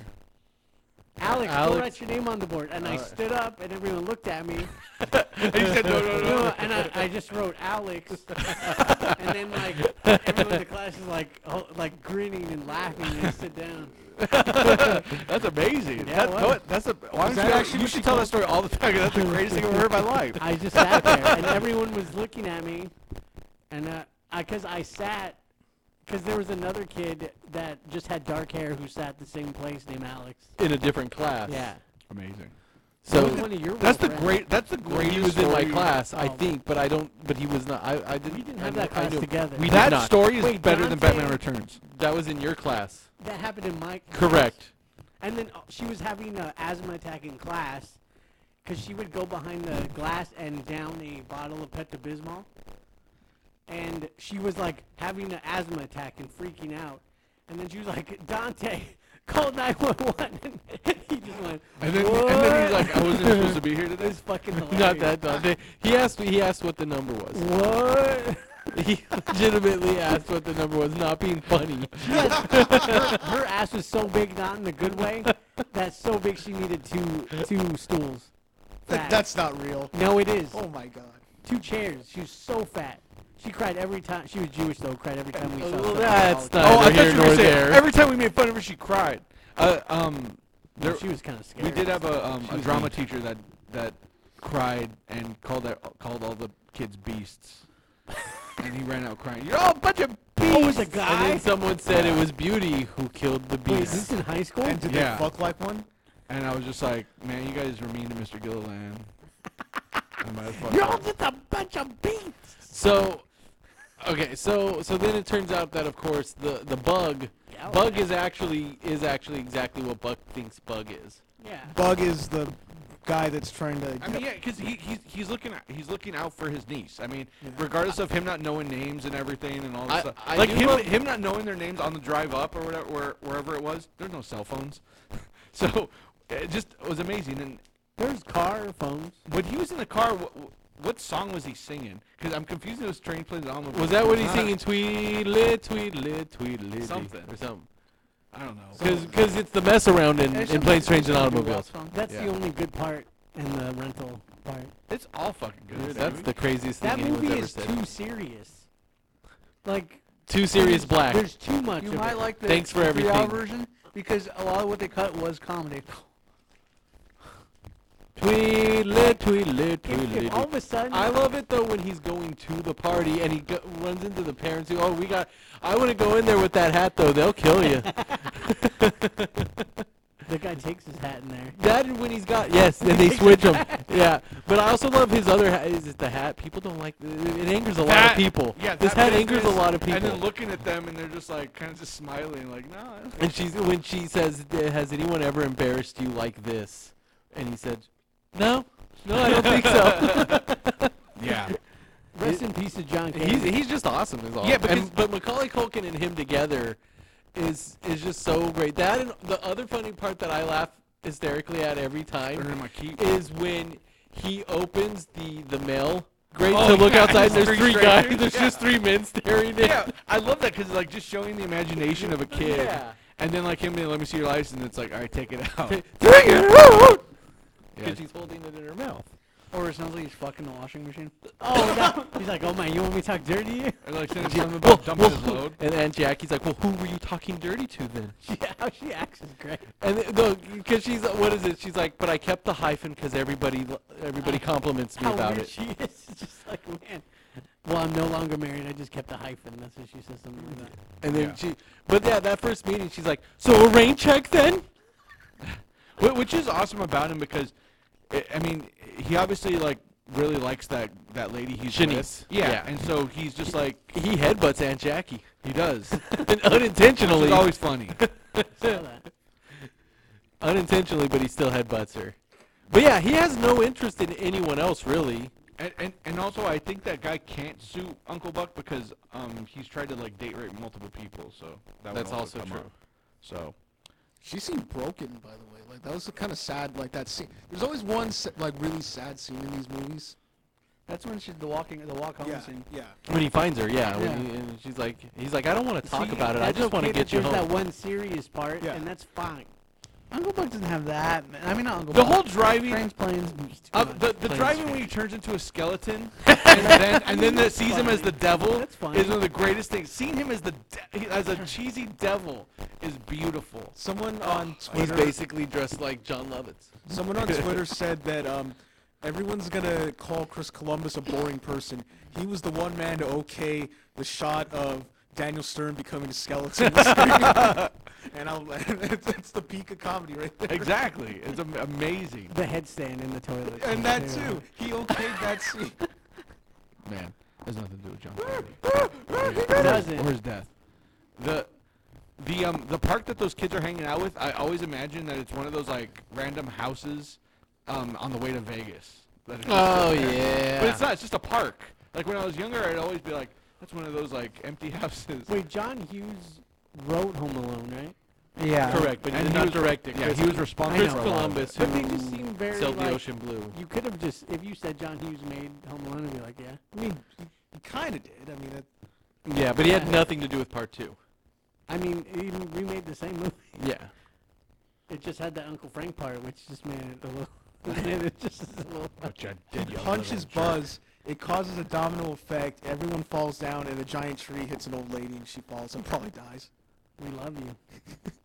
H: Alex,
E: Alex.
H: don't write your name on the board. And I stood up, and everyone looked at me.
G: he said no, no, no.
H: No, and I, I just wrote Alex, and then like everyone in the class is like oh, like grinning and laughing and I sit down.
G: That's amazing.
H: Yeah,
G: That-
H: it was.
G: no, that's a. Why don't
D: that
G: you,
D: actually
G: you
D: what she
G: should tell that story all the time. 'cause That's the greatest thing I've ever heard in my life.
H: I just sat there, and everyone was looking at me, and uh, I, cause I sat, cause there was another kid that just had dark hair who sat the same place named Alex.
E: in a different class.
H: Yeah.
G: Amazing.
H: That
E: So
H: was one of your
G: That's the
H: real friends.
G: great. That's the greatest.
E: he was in my
G: story.
E: class, I
H: Oh.
E: think, but I don't. But he was not. I, I didn't.
H: We didn't
E: I kn-
H: have that
E: I
H: class
E: knew-
H: together.
E: We
G: That
E: did not.
G: story is
H: Wait,
G: better
H: John
G: than Batman
H: said-
G: Returns.
E: That was in your class.
H: That happened in my class.
E: Correct.
H: And then uh, she was having an asthma attack in class because she would go behind the glass and down a bottle of Pepto Bismol. And she was like having an asthma attack and freaking out. And then she was like, Dante, call 911. and he just went,
G: And then, and then he's like, I wasn't supposed to be here today.
H: it's fucking hilarious.
E: Not that Dante. He asked. He asked what the number was.
H: What?
E: He legitimately asked what the number was, not being funny.
H: yes. her, her ass was so big, not in the good way, that so big she needed two two stools. Fat.
D: that's not real.
H: no, it is.
D: Oh my god.
H: two chairs. She was so fat. She cried every time. She was Jewish though. Cried every time we saw.
E: Well,
H: something
E: that's
H: about
E: not
G: Oh, I
E: neither
G: thought
E: here
G: you were
E: nor
G: saying
E: there.
G: every time we made fun of her, she cried. Uh, um,
H: it.
G: there,
H: she was kind of scared.
G: we did have a, um, a drama teacher that that cried and called that, called all the kids beasts, and he ran out crying. You're all a bunch of beasts.
H: Oh, it was a
E: And
H: guy.
E: then someone said it was Beauty who killed the
H: Wait, is this
E: beast.
H: in high school?
D: And did
G: Yeah.
D: they fuck like one?
G: And I was just like, man, you guys were mean to Mr. Gilliland. I might have fucked
H: You're
G: up.
H: all just a bunch of beats.
E: So, okay, so so then it turns out that of course the the bug,
H: Yeah,
E: bug is actually is actually exactly what Buck thinks bug is.
H: Yeah.
D: Bug is the guy that's trying to.
G: I mean, yeah, because he, he's he's looking at, he's looking out for his niece. I mean, regardless of him not knowing names and everything and all that
E: I-
G: stuff,
E: I
G: like
E: do
G: him
E: love-
G: him not knowing their names on the drive up or whatever where, wherever it was. There's no cell phones, so it just was amazing. And
H: There's car phones.
G: when he was in the car, what, what song was he singing? Because I'm confused. It was Train Plays the Alma.
E: Was that what he's singing? Tweedle, tweedle, tweedle,
G: Something.
E: or something.
G: I don't know.
E: Because it's the mess around in, in planes, trains, and automobiles.
H: That's
G: Yeah.
H: the only good part and the rental part.
G: It's all fucking good.
E: That's the craziest
H: That
E: thing anyone's
H: movie
E: ever
H: is
E: said.
H: too serious. Like
E: Too serious black.
H: There's too much.
J: You
H: of
J: might
H: it.
J: like the
E: Thanks for
J: three hour
E: everything.
J: version because a lot of what they cut was comedy.
E: Tweedle, tweedle,
H: If, if all
E: tweedle.
H: of a sudden,
E: I love it though when he's going to the party and he go- runs into the parents who, oh, we got. I want to go in there with that hat though. They'll kill you.
H: the guy takes his hat in there.
E: that and when he's got yes, and they switch him. Yeah, but I also love his other hat. Is it the hat? People don't like. It angers a lot of people.
G: Yeah,
E: this hat
G: that
E: angers a
G: business,
E: lot of people.
G: And then looking at them, and they're just like kind of just smiling, like no.
E: And she's when she says, "Has anyone ever embarrassed you like this?" And he said, "No, no, I don't think so."
G: Yeah.
H: Rest in peace to John Candy.
E: he's he's just awesome as all.
G: Yeah, because-
E: and, but Macaulay Culkin and him together is is just so great. That and the other funny part that I laugh hysterically at every
G: They're in
E: time
G: my keep.
E: is when he opens the the mail. Great to
G: Oh,
E: look
G: yeah,
E: outside.
G: it's
E: and There's
G: three
E: three, guys.
G: strangers,
E: There's
G: yeah.
E: just three men staring. at
G: yeah, I love that because like just showing the imagination of a kid,
E: Yeah.
G: and then like him being, let me see your license. It's like, all right, take it out. Yeah.
E: Because she's holding it in her mouth.
J: Or it sounds like he's fucking the washing machine.
H: Oh, that, he's like, oh man, you want me to talk dirty to you?
G: Or like saying something about dumping his load.
E: And, and Jackie's like, well, who were you talking dirty to then?
H: Yeah, how she acts is great.
E: And th- no, because she's uh, what is it? She's like, but I kept the hyphen because everybody lo- everybody compliments me
H: Oh. How
E: about
H: weird
E: it.
H: she is. It's just like, man, Well, I'm no longer married. I just kept a hyphen. That's what she says. Something like that.
E: And then
G: Yeah.
E: she, but yeah, that first meeting, she's like, "So a rain check then?"
G: Wh- which is awesome about him because, I I mean, he obviously like really likes that that lady he's
E: Shanice.
G: with. Yeah.
E: Yeah.
G: and so he's just like
E: He headbutts Aunt Jackie,
G: he does.
E: and
G: Which
E: unintentionally,
G: is always funny.
H: Saw that.
E: unintentionally, but he still headbutts her. But yeah, he has no interest in anyone else really.
G: And, and and also I think that guy can't sue Uncle Buck because um he's tried to like date rape multiple people. So that would
E: That's also
G: come
E: true.
G: up. So
K: She seemed broken, by the way. Like that was kind of sad. Like that scene. There's always one s- like really sad scene in these movies.
I: That's when she's the walking, the walk home
D: Yeah,
I: scene.
D: yeah.
E: When he finds her, yeah,
I: Yeah.
E: When he, and she's like, he's like, "I don't want to talk
H: See,
E: about it. I
H: that's
E: just want to
H: okay that
E: get you
H: there's
E: home."
H: that one serious part,
D: Yeah.
H: and that's fine.
I: Uncle Buck doesn't have that. Man. I mean, not Uncle
G: the
I: Buck.
G: whole driving.
I: trains, planes.
G: Uh, the the
E: Planes,
G: driving when he turns into a skeleton, and then and then that sees him as the devil
H: That's fine.
G: is one of the greatest things. Seeing him as the de- as a cheesy devil is beautiful.
D: Someone on
E: He's
D: Twitter,
E: basically dressed like John Lovitz.
D: someone on Twitter said that um, everyone's gonna call Chris Columbus a boring person. He was the one man to okay the shot of Daniel Stern becoming a skeleton, and I'll, it's, it's the peak of comedy right there.
G: Exactly, it's am- amazing,
H: The headstand in the toilet.
D: And that too, he okayed that scene.
G: man. Has nothing to do with John Candy
H: Doesn't.
G: or his death. The the um the park that those kids are hanging out with, I always imagine that it's one of those like random houses, um on the way to Vegas. that are just
E: Oh
G: there.
E: yeah.
G: But it's not. It's just a park. Like when I was younger, I'd always be like, "That's one of those like empty houses."
H: Wait, John Hughes wrote Home Alone, right?
I: Yeah.
E: correct, but he
G: And
E: did
G: he
E: not
G: was-
E: direct it.
G: yeah,
E: Chris-
G: he was responsible
E: Chris
G: for a lot of
E: Columbus, who
H: But they just seem very
E: sailed the
H: like-
E: ocean blue.
H: You could have just, if you said John Hughes made Home Alone, I'd be like, yeah.
D: I mean, he, he kind of did. I mean, that,
E: Yeah, but he had
H: Yeah.
E: nothing to do with part two.
H: I mean, he even remade the same movie.
E: Yeah.
H: It just had the Uncle Frank part, which just made it a little. and it just is a little.
G: Which I did,
D: he
G: you
D: punches
G: little jerk.
D: Buzz. It causes a domino effect. Everyone falls down, and a giant tree hits an old lady, and she falls and probably dies.
H: We love you.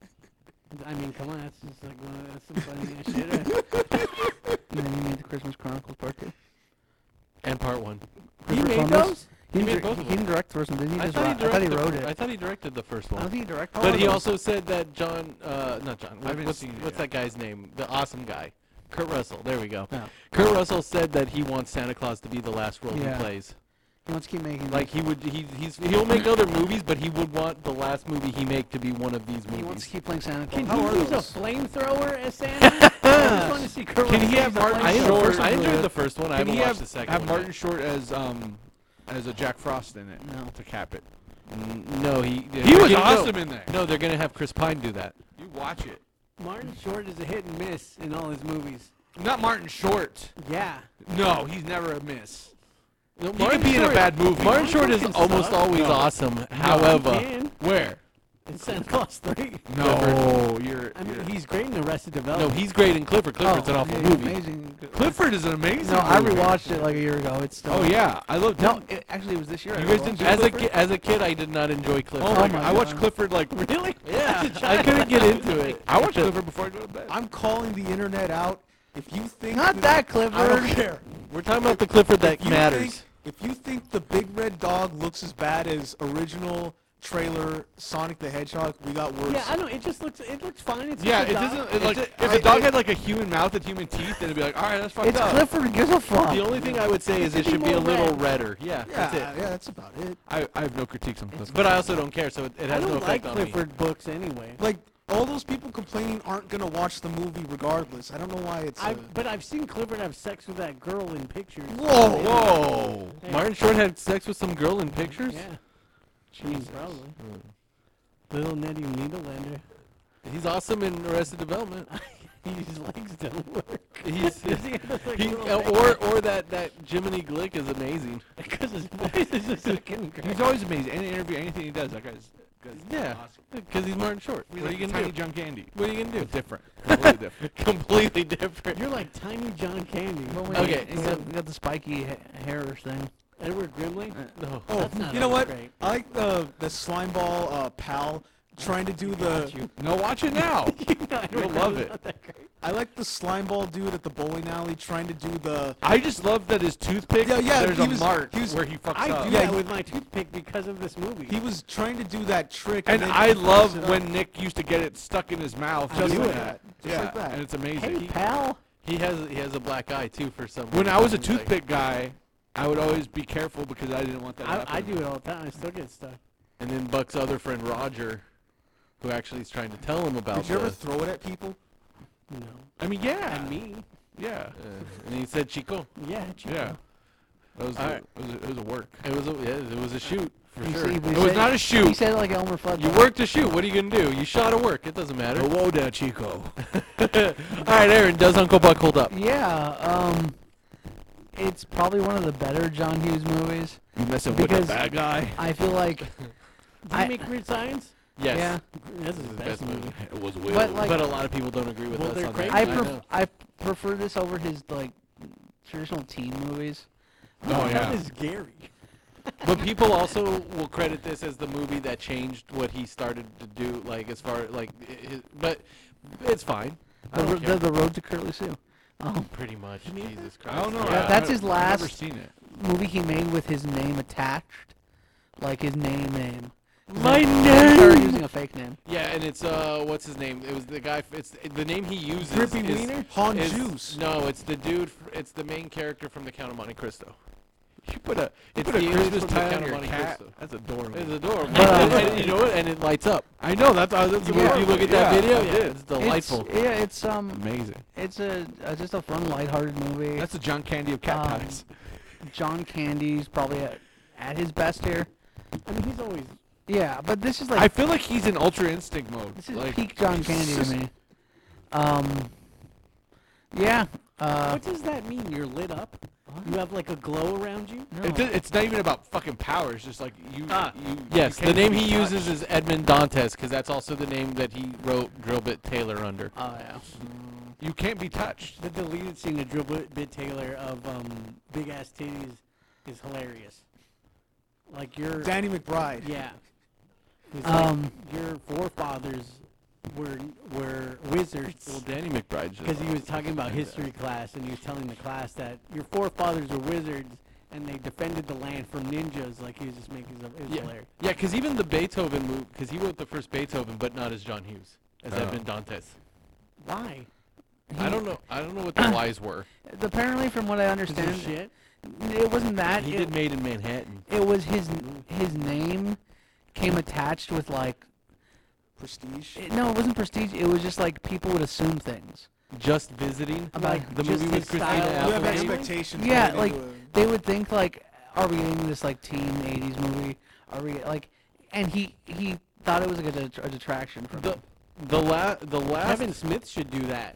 H: I mean, come on, that's just like one of that's some funny ass shit. Right?
I: And then you made the Christmas Chronicles part two.
E: And part one.
H: He
I: Christopher
H: made
I: Columbus?
H: those?
I: He,
E: made
I: didn't dir-
E: both of
I: he
E: them.
I: didn't direct the first one, did he? just wrote- I thought
E: directed
I: he
E: the-
I: wrote it.
E: I thought he directed the first
I: I don't
E: one.
I: think he directed
E: But he
I: it.
E: also said that John, uh, not John. What,
G: haven't
E: what's
G: seen it
E: what's
G: yet.
E: that guy's name? The awesome guy, Kurt Russell. There we go.
I: Yeah.
E: Kurt Russell said that he wants Santa Claus to be the last role
I: Yeah.
E: he plays.
I: He wants to keep making
E: Like he would, he he's he'll make other movies, but he would want the last movie he make to be one of these
I: He wants
E: movies.
I: to keep playing Santa
H: Can
I: Claus.
H: he use a flamethrower as Santa? I just want to see Kurt
G: Can
H: Russell
G: he have
H: use a
G: Martin
E: I
H: flamethrower.
G: Short?
E: enjoyed, I enjoyed the first one. I
G: Can
E: haven't
G: he
E: watched
G: have,
E: the second
G: have
E: one.
G: Martin
E: yet.
G: Short as um as a Jack Frost in it?
I: No.
G: to cap it.
E: N- No, he
G: He
E: they're
G: was
E: gonna- no.
G: awesome in there.
E: No, they're gonna have Chris Pine do that.
G: You watch it.
H: Martin Short is a hit and miss in all his movies.
G: Not Martin Short.
H: Yeah.
G: No, he's never a miss.
E: No,
G: He could be in a bad movie.
E: Martin Short is
H: fucking
E: almost
H: suck.
E: always
G: No.
E: awesome. However,
H: he can
G: Where?
H: in Santa Claus 3.
G: No, you're.
H: I mean,
G: you're-
H: he's great in Arrested
E: no,
H: Development.
E: he's great in Clifford. Clifford's an awful
I: Oh, yeah,
E: movie.
I: Amazing.
G: Clifford is an amazing.
I: No, I
G: movie.
I: rewatched it like a year ago. It's still.
G: Oh yeah, I love.
I: No, it, actually, it was this year.
G: You
I: I
G: guys didn't do
I: rewatched
E: As a
G: Clifford?
E: ki- as a kid, I did not enjoy Clifford.
G: Oh my,
I: Oh my
G: god, I watched
I: God.
G: Clifford like really.
E: Yeah, I couldn't get into it.
G: I watched Clifford before I go to bed.
D: I'm calling the internet out. If you
I: it.
D: think
I: Not Oh, that Clifford.
D: I don't care.
E: We're talking about the Clifford that
D: If you
E: matters.
D: think- if you think the big red dog looks as bad as original trailer Sonic the Hedgehog, we got worse.
H: yeah, I know. It just looks it looks fine. It's
G: yeah,
H: just a
G: it
H: dog.
G: doesn't. It, like,
E: just-
G: if a dog had like a human mouth and human teeth, then it'd be like, all right, that's fucked
I: It's
G: up.
I: Clifford. Gives a fuck.
E: the only thing I would say is it
H: be
E: should be a
H: more
E: little
H: red.
E: redder. Yeah,
D: yeah,
E: that's it.
D: yeah, that's about it.
G: I, I have no critiques on Clifford.
E: But I also don't care, so it, it
H: I
E: has no
H: don't like
E: effect on me.
H: Clifford books anyway.
D: Like all those people complaining aren't gonna watch the movie regardless. I don't know why it's.
H: I
D: uh,
H: but I've seen Clifford have sex with that girl in pictures.
G: Whoa, whoa!
H: Hey,
E: Martin Short had sex with some girl in pictures.
H: Yeah. I mean, probably.
E: Hmm.
H: Little Nettie Needlelander.
E: He's awesome in Arrested Development.
H: His legs don't work.
E: He's
H: he has, like,
E: he,
H: little legs?
E: or or that that Jiminy Glick is amazing.
H: Because his voice is just fucking great.
G: He's always amazing. Any interview, anything he does, that guy's. guy's
E: Yeah,
G: awesome.
E: because he's Martin Short.
G: He's
E: what
G: like
E: are you gonna
G: tiny
E: do?
G: John Candy.
E: What are you gonna do?
G: Different, completely different.
E: Completely different.
H: You're like tiny John Candy.
I: Well, we-
E: Okay,
I: we
E: so-
I: got, we got the spiky ha- hair thing.
H: Edward Grimley?
E: No.
D: oh,
H: that's not
D: you know what?
H: great.
D: I like the the slime ball uh, pal. trying to do the.
G: No, watch it now. You'll love it.
D: I like the slime ball dude at the bowling alley trying to do the.
G: I just love that his toothpick.
D: Yeah, yeah,
G: There's
D: he
G: a
D: was-
G: mark
D: he was-
G: where he fucks
D: I
G: up.
D: do
I: Yeah,
D: Yeah, he-
I: with my toothpick because of this movie.
D: He was trying to do that trick.
G: And
D: then
G: I
D: he
G: love
D: fucks it
G: when
D: up.
G: Nick used to get it stuck in his mouth
D: I
G: just
D: knew
G: like
D: it.
G: that.
D: Just
G: yeah,
D: like that.
G: and it's amazing.
I: hey, pal.
E: He has he has a black eye too for some.
G: When
E: reason.
G: I was a
E: He's like-
G: toothpick guy, I would always be careful because I didn't want that. to
I: I,
G: happen.
I: I do it all the time. I still get stuck.
E: and then Buck's other friend Roger, who actually is trying to tell him about
D: Did you ever
E: this,
D: throw it at people?
I: No.
G: I mean, yeah,
I: And me.
G: yeah,
E: uh, and he said Chico.
I: Yeah. Chico.
G: yeah. That was,
E: All
G: a-
E: right.
G: it, was a, it was a work.
E: It was a yeah, it was a shoot for sure.
H: See, but he
G: It was
H: said-
G: not a
H: He
G: shoot.
H: said it like Elmer Fudd.
E: You
H: though.
E: worked a shoot. What are you gonna do? You shot a work. It doesn't matter.
G: whoa there, Chico.
E: All right, Aaron. Does Uncle Buck hold up?
H: Yeah. Um, it's probably one of the better John Hughes movies.
G: You messing
H: with the Because-
G: bad
H: bad
G: guy?
H: I feel like.
I: Did
H: I,
I: he make Weird Science?
E: Yes.
H: Yeah.
I: That's his best,
E: Best
I: movie.
E: movie.
G: It was Will.
H: But like,
E: but a lot of people don't agree with
I: Well,
E: us
I: they're
E: on
I: crazy.
E: that.
H: I,
I: I
H: pref-
E: know.
H: I prefer this over his like traditional teen movies.
G: Oh
I: That
G: yeah.
I: is Gary.
E: But people also will credit this as the movie that changed what he started to do, like as far like, i- i- but it's fine. I
H: The,
E: don't
H: the,
E: care.
H: the Road to Curly Sue. Um,
E: Pretty much. Jesus Christ.
G: I don't know.
H: Yeah,
G: I-
H: that's
G: I-
H: his
G: I've never
H: last-
G: seen it.
H: movie he made with his name attached, like his name name.
E: My
H: He started
E: name.
H: using a fake name.
E: Yeah, and it's uh, what's his name? It was the guy. f- It's the name he uses.
D: Grippy
E: is,
D: Wiener? Han
E: is-
D: Juice.
E: No, it's the dude. f- It's the main character from The Count of Monte Cristo.
G: You put a you
E: It's
G: put a
E: the
G: Christmas
E: Elvis from the
G: tie on
E: Count of
G: your
E: Monte
G: cat.
E: Cristo.
G: That's adorable.
E: It's adorable.
H: But,
E: and,
H: uh,
E: and you know what? And it lights up.
G: Mm. I know. That's uh, that's
E: You, look- you look at that
G: yeah.
E: video.
G: I did.
E: It's delightful.
H: It's, yeah, it's um,
G: Amazing.
H: it's a, uh just a fun, lighthearted movie.
G: That's the John Candy of cat
H: Um,
G: pies.
H: John Candy's probably at, at his best here.
I: I mean, he's always.
H: Yeah, but this is
G: I
H: like
G: feel like he's in Ultra Instinct mode.
H: this is
G: like,
H: peak John Candy to me. Um, yeah. Uh,
I: What does that mean? You're lit up. You have like a glow around you.
H: no.
G: It, does- it's not even about fucking powers. Just like you.
E: Ah,
G: you
E: Yes,
G: you
E: the
G: can't
E: name
G: be
E: he
G: touched.
E: uses is Edmund Dantes because that's also the name that he wrote Drillbit Taylor under.
H: oh yeah.
G: You can't be touched.
I: The deleted scene of Dribble Bit Taylor of um, Big Ass Titties is hilarious. Like your
D: Danny McBride.
I: yeah. It's
H: Um,
I: like your forefathers were were wizards.
E: Well, Danny McBride
I: Because he was talking about history class, and he was telling the class that your forefathers were wizards, and they defended the land from ninjas. Like he was just making some. It was
E: Yeah,
I: hilarious.
E: yeah. Because even the Beethoven movie, because he wrote the first Beethoven, but not as John Hughes, as
G: Oh.
E: Edmund Dantes.
I: Why?
E: I don't know. I don't know what the whys were.
H: Apparently, from what I
I: Is there
H: understand,
I: shit?
H: it wasn't that.
E: He
H: it,
E: did Made in Manhattan.
H: it was his his name came attached with like
D: Prestige.
H: it, no, it wasn't prestige. It was just like people would assume things.
E: Just visiting.
H: About
E: the
I: just
E: movie with
I: his
E: Christina
I: style
D: You have
I: Apple
E: Applegate.
I: Gaming?
D: expectations.
H: Yeah,
D: going
H: like
D: into a-
H: they would think like, are we getting this like teen '80s movie? Are we like? And he he thought it was like a, det- a detraction from
E: The
H: him.
E: the la- the last
I: Kevin Smith should do that.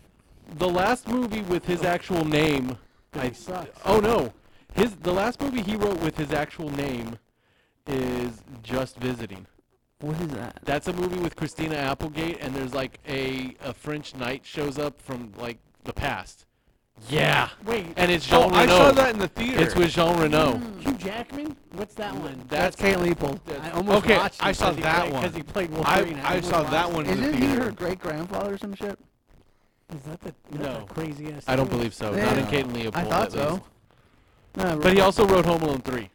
E: the last movie with his actual name. I,
I: sucks.
E: oh no, his the last movie he wrote with his actual name is Just Visiting.
H: What is that?
E: That's a movie with Christina Applegate, and there's like a a French knight shows up from like the past. Yeah,
I: Wait,
E: and it's Jean
G: Oh, I
E: Reno.
G: saw that in the theater.
E: It's with Jean Reno.
I: Hmm. Hugh Jackman? What's that one?
E: That's
H: That's Kate Leopold.
I: I almost
G: okay,
I: watched
G: I saw that one.
I: because he played Wolverine.
G: I, I saw
I: almost
G: that
I: watched
G: one in the
H: Isn't he
G: theater.
H: her great grandfather or some shit?
I: it. Is that the
E: No.
I: crazy ass?
E: I don't believe so.
H: Yeah.
E: Not in Kate and Leopold.
H: I thought
E: at
H: so.
E: least.
H: No,
E: But he also wrote Home Alone three,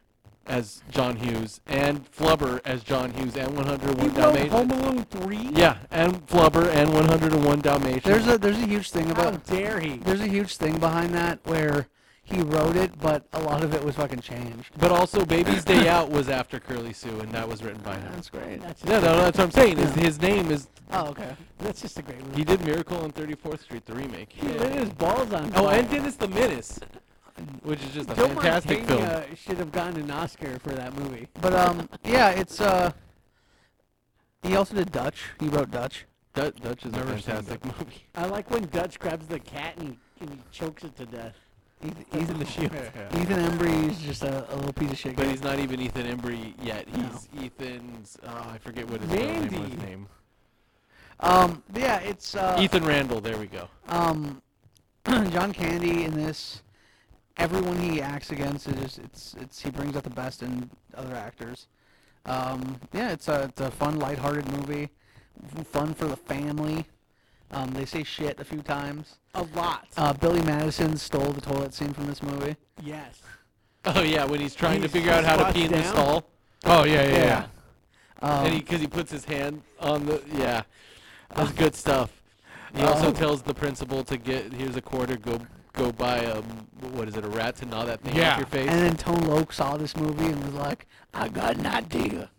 E: as John Hughes, and Flubber as John Hughes, and 101 Dalmatians.
I: Home Alone three.
E: Yeah, and Flubber and 101 Dalmatians.
H: there's a there's a huge thing
I: How
H: about
I: dare he?
H: there's a huge thing behind that where he wrote it, but a lot of it was fucking changed.
E: but also Baby's Day Out was after Curly Sue, and that was written by him.
H: That's great.
I: That's just,
E: Yeah, no, that's what I'm saying. Is
H: Yeah.
E: his name is
H: Oh, okay.
I: that's just a great movie.
E: he did Miracle on 34th Street the remake.
I: He lit his balls on
E: Oh,
I: fire.
E: and Dennis the Menace, which is just a
I: Joe
E: fantastic film.
I: Mantegna should have gotten an Oscar for that movie.
H: But um, yeah, it's uh. He also did Dutch. He wrote Dutch.
E: Dutch, Dutch is a
G: Never seen
E: fantastic movie.
I: I like when Dutch grabs the cat and he, and he chokes it to death.
H: He's, he's in the shoe.
G: Yeah.
H: Ethan Embry is just a, a little piece of shit.
E: But
H: guy.
E: he's not even Ethan Embry yet. He's Ethan's. Oh, I forget what his real name was.
I: Mandy.
E: Name.
H: um, but yeah, it's uh,
E: Ethan Randall. There we go.
H: um, John Candy in this. Everyone he acts against is just, it's it's he brings out the best in other actors. Um, yeah, it's a it's a fun, lighthearted movie. f- fun for the family. Um, they say shit a few times.
I: A lot.
H: Uh, Billy Madison stole the toilet scene from this movie.
I: yes.
E: Oh yeah, when he's trying
I: He's
E: to figure out how to
I: squats
E: pee in the
I: down?
E: stall. Oh yeah, yeah. yeah.
H: Um,
E: and he because he puts his hand on the yeah, that's good stuff.
I: Uh,
E: He
I: um,
E: also tells the principal to get here's a quarter, go go buy a what is it a rat to gnaw that thing
G: Yeah.
E: off your face.
H: and then Tone Loc saw this movie and was like, "I got an idea,"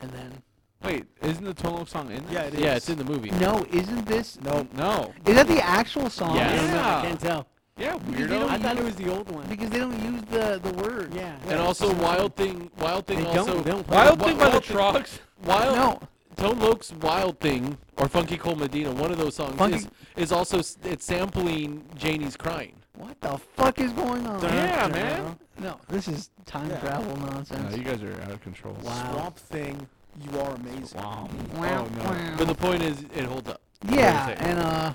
H: and then
G: Wait, isn't the Tone Loc song in there?
D: Yeah, it is.
E: yeah, it's in the movie.
H: no, isn't this?
G: No. No.
H: Is that the actual song?
E: Yeah.
I: I don't know.
G: Yeah.
I: I can't tell.
G: Yeah,
I: Weirdo. I
G: weirdo.
I: thought it was the old one.
H: Because they don't use the the word.
I: Yeah.
E: And also Wild Thing, Wild Thing
I: They don't-
E: also
I: they don't play
G: Wild
E: Wi-
G: Thing by the
E: Wild Thing-
G: Trogs.
E: Wild
H: No.
E: Tone Loc's Wild Thing or Funky Cole Medina, one of those songs
H: Funky-
E: is is also s- it's sampling Janie's crying.
H: What the fuck is going on?
G: Yeah, man.
H: No, this is time travel nonsense.
G: you guys are out of control.
D: Swamp Thing, you are amazing.
G: Wow. oh,
H: Wow, wow.
E: But the point is, it holds up.
H: Yeah,
E: What do you
H: and uh,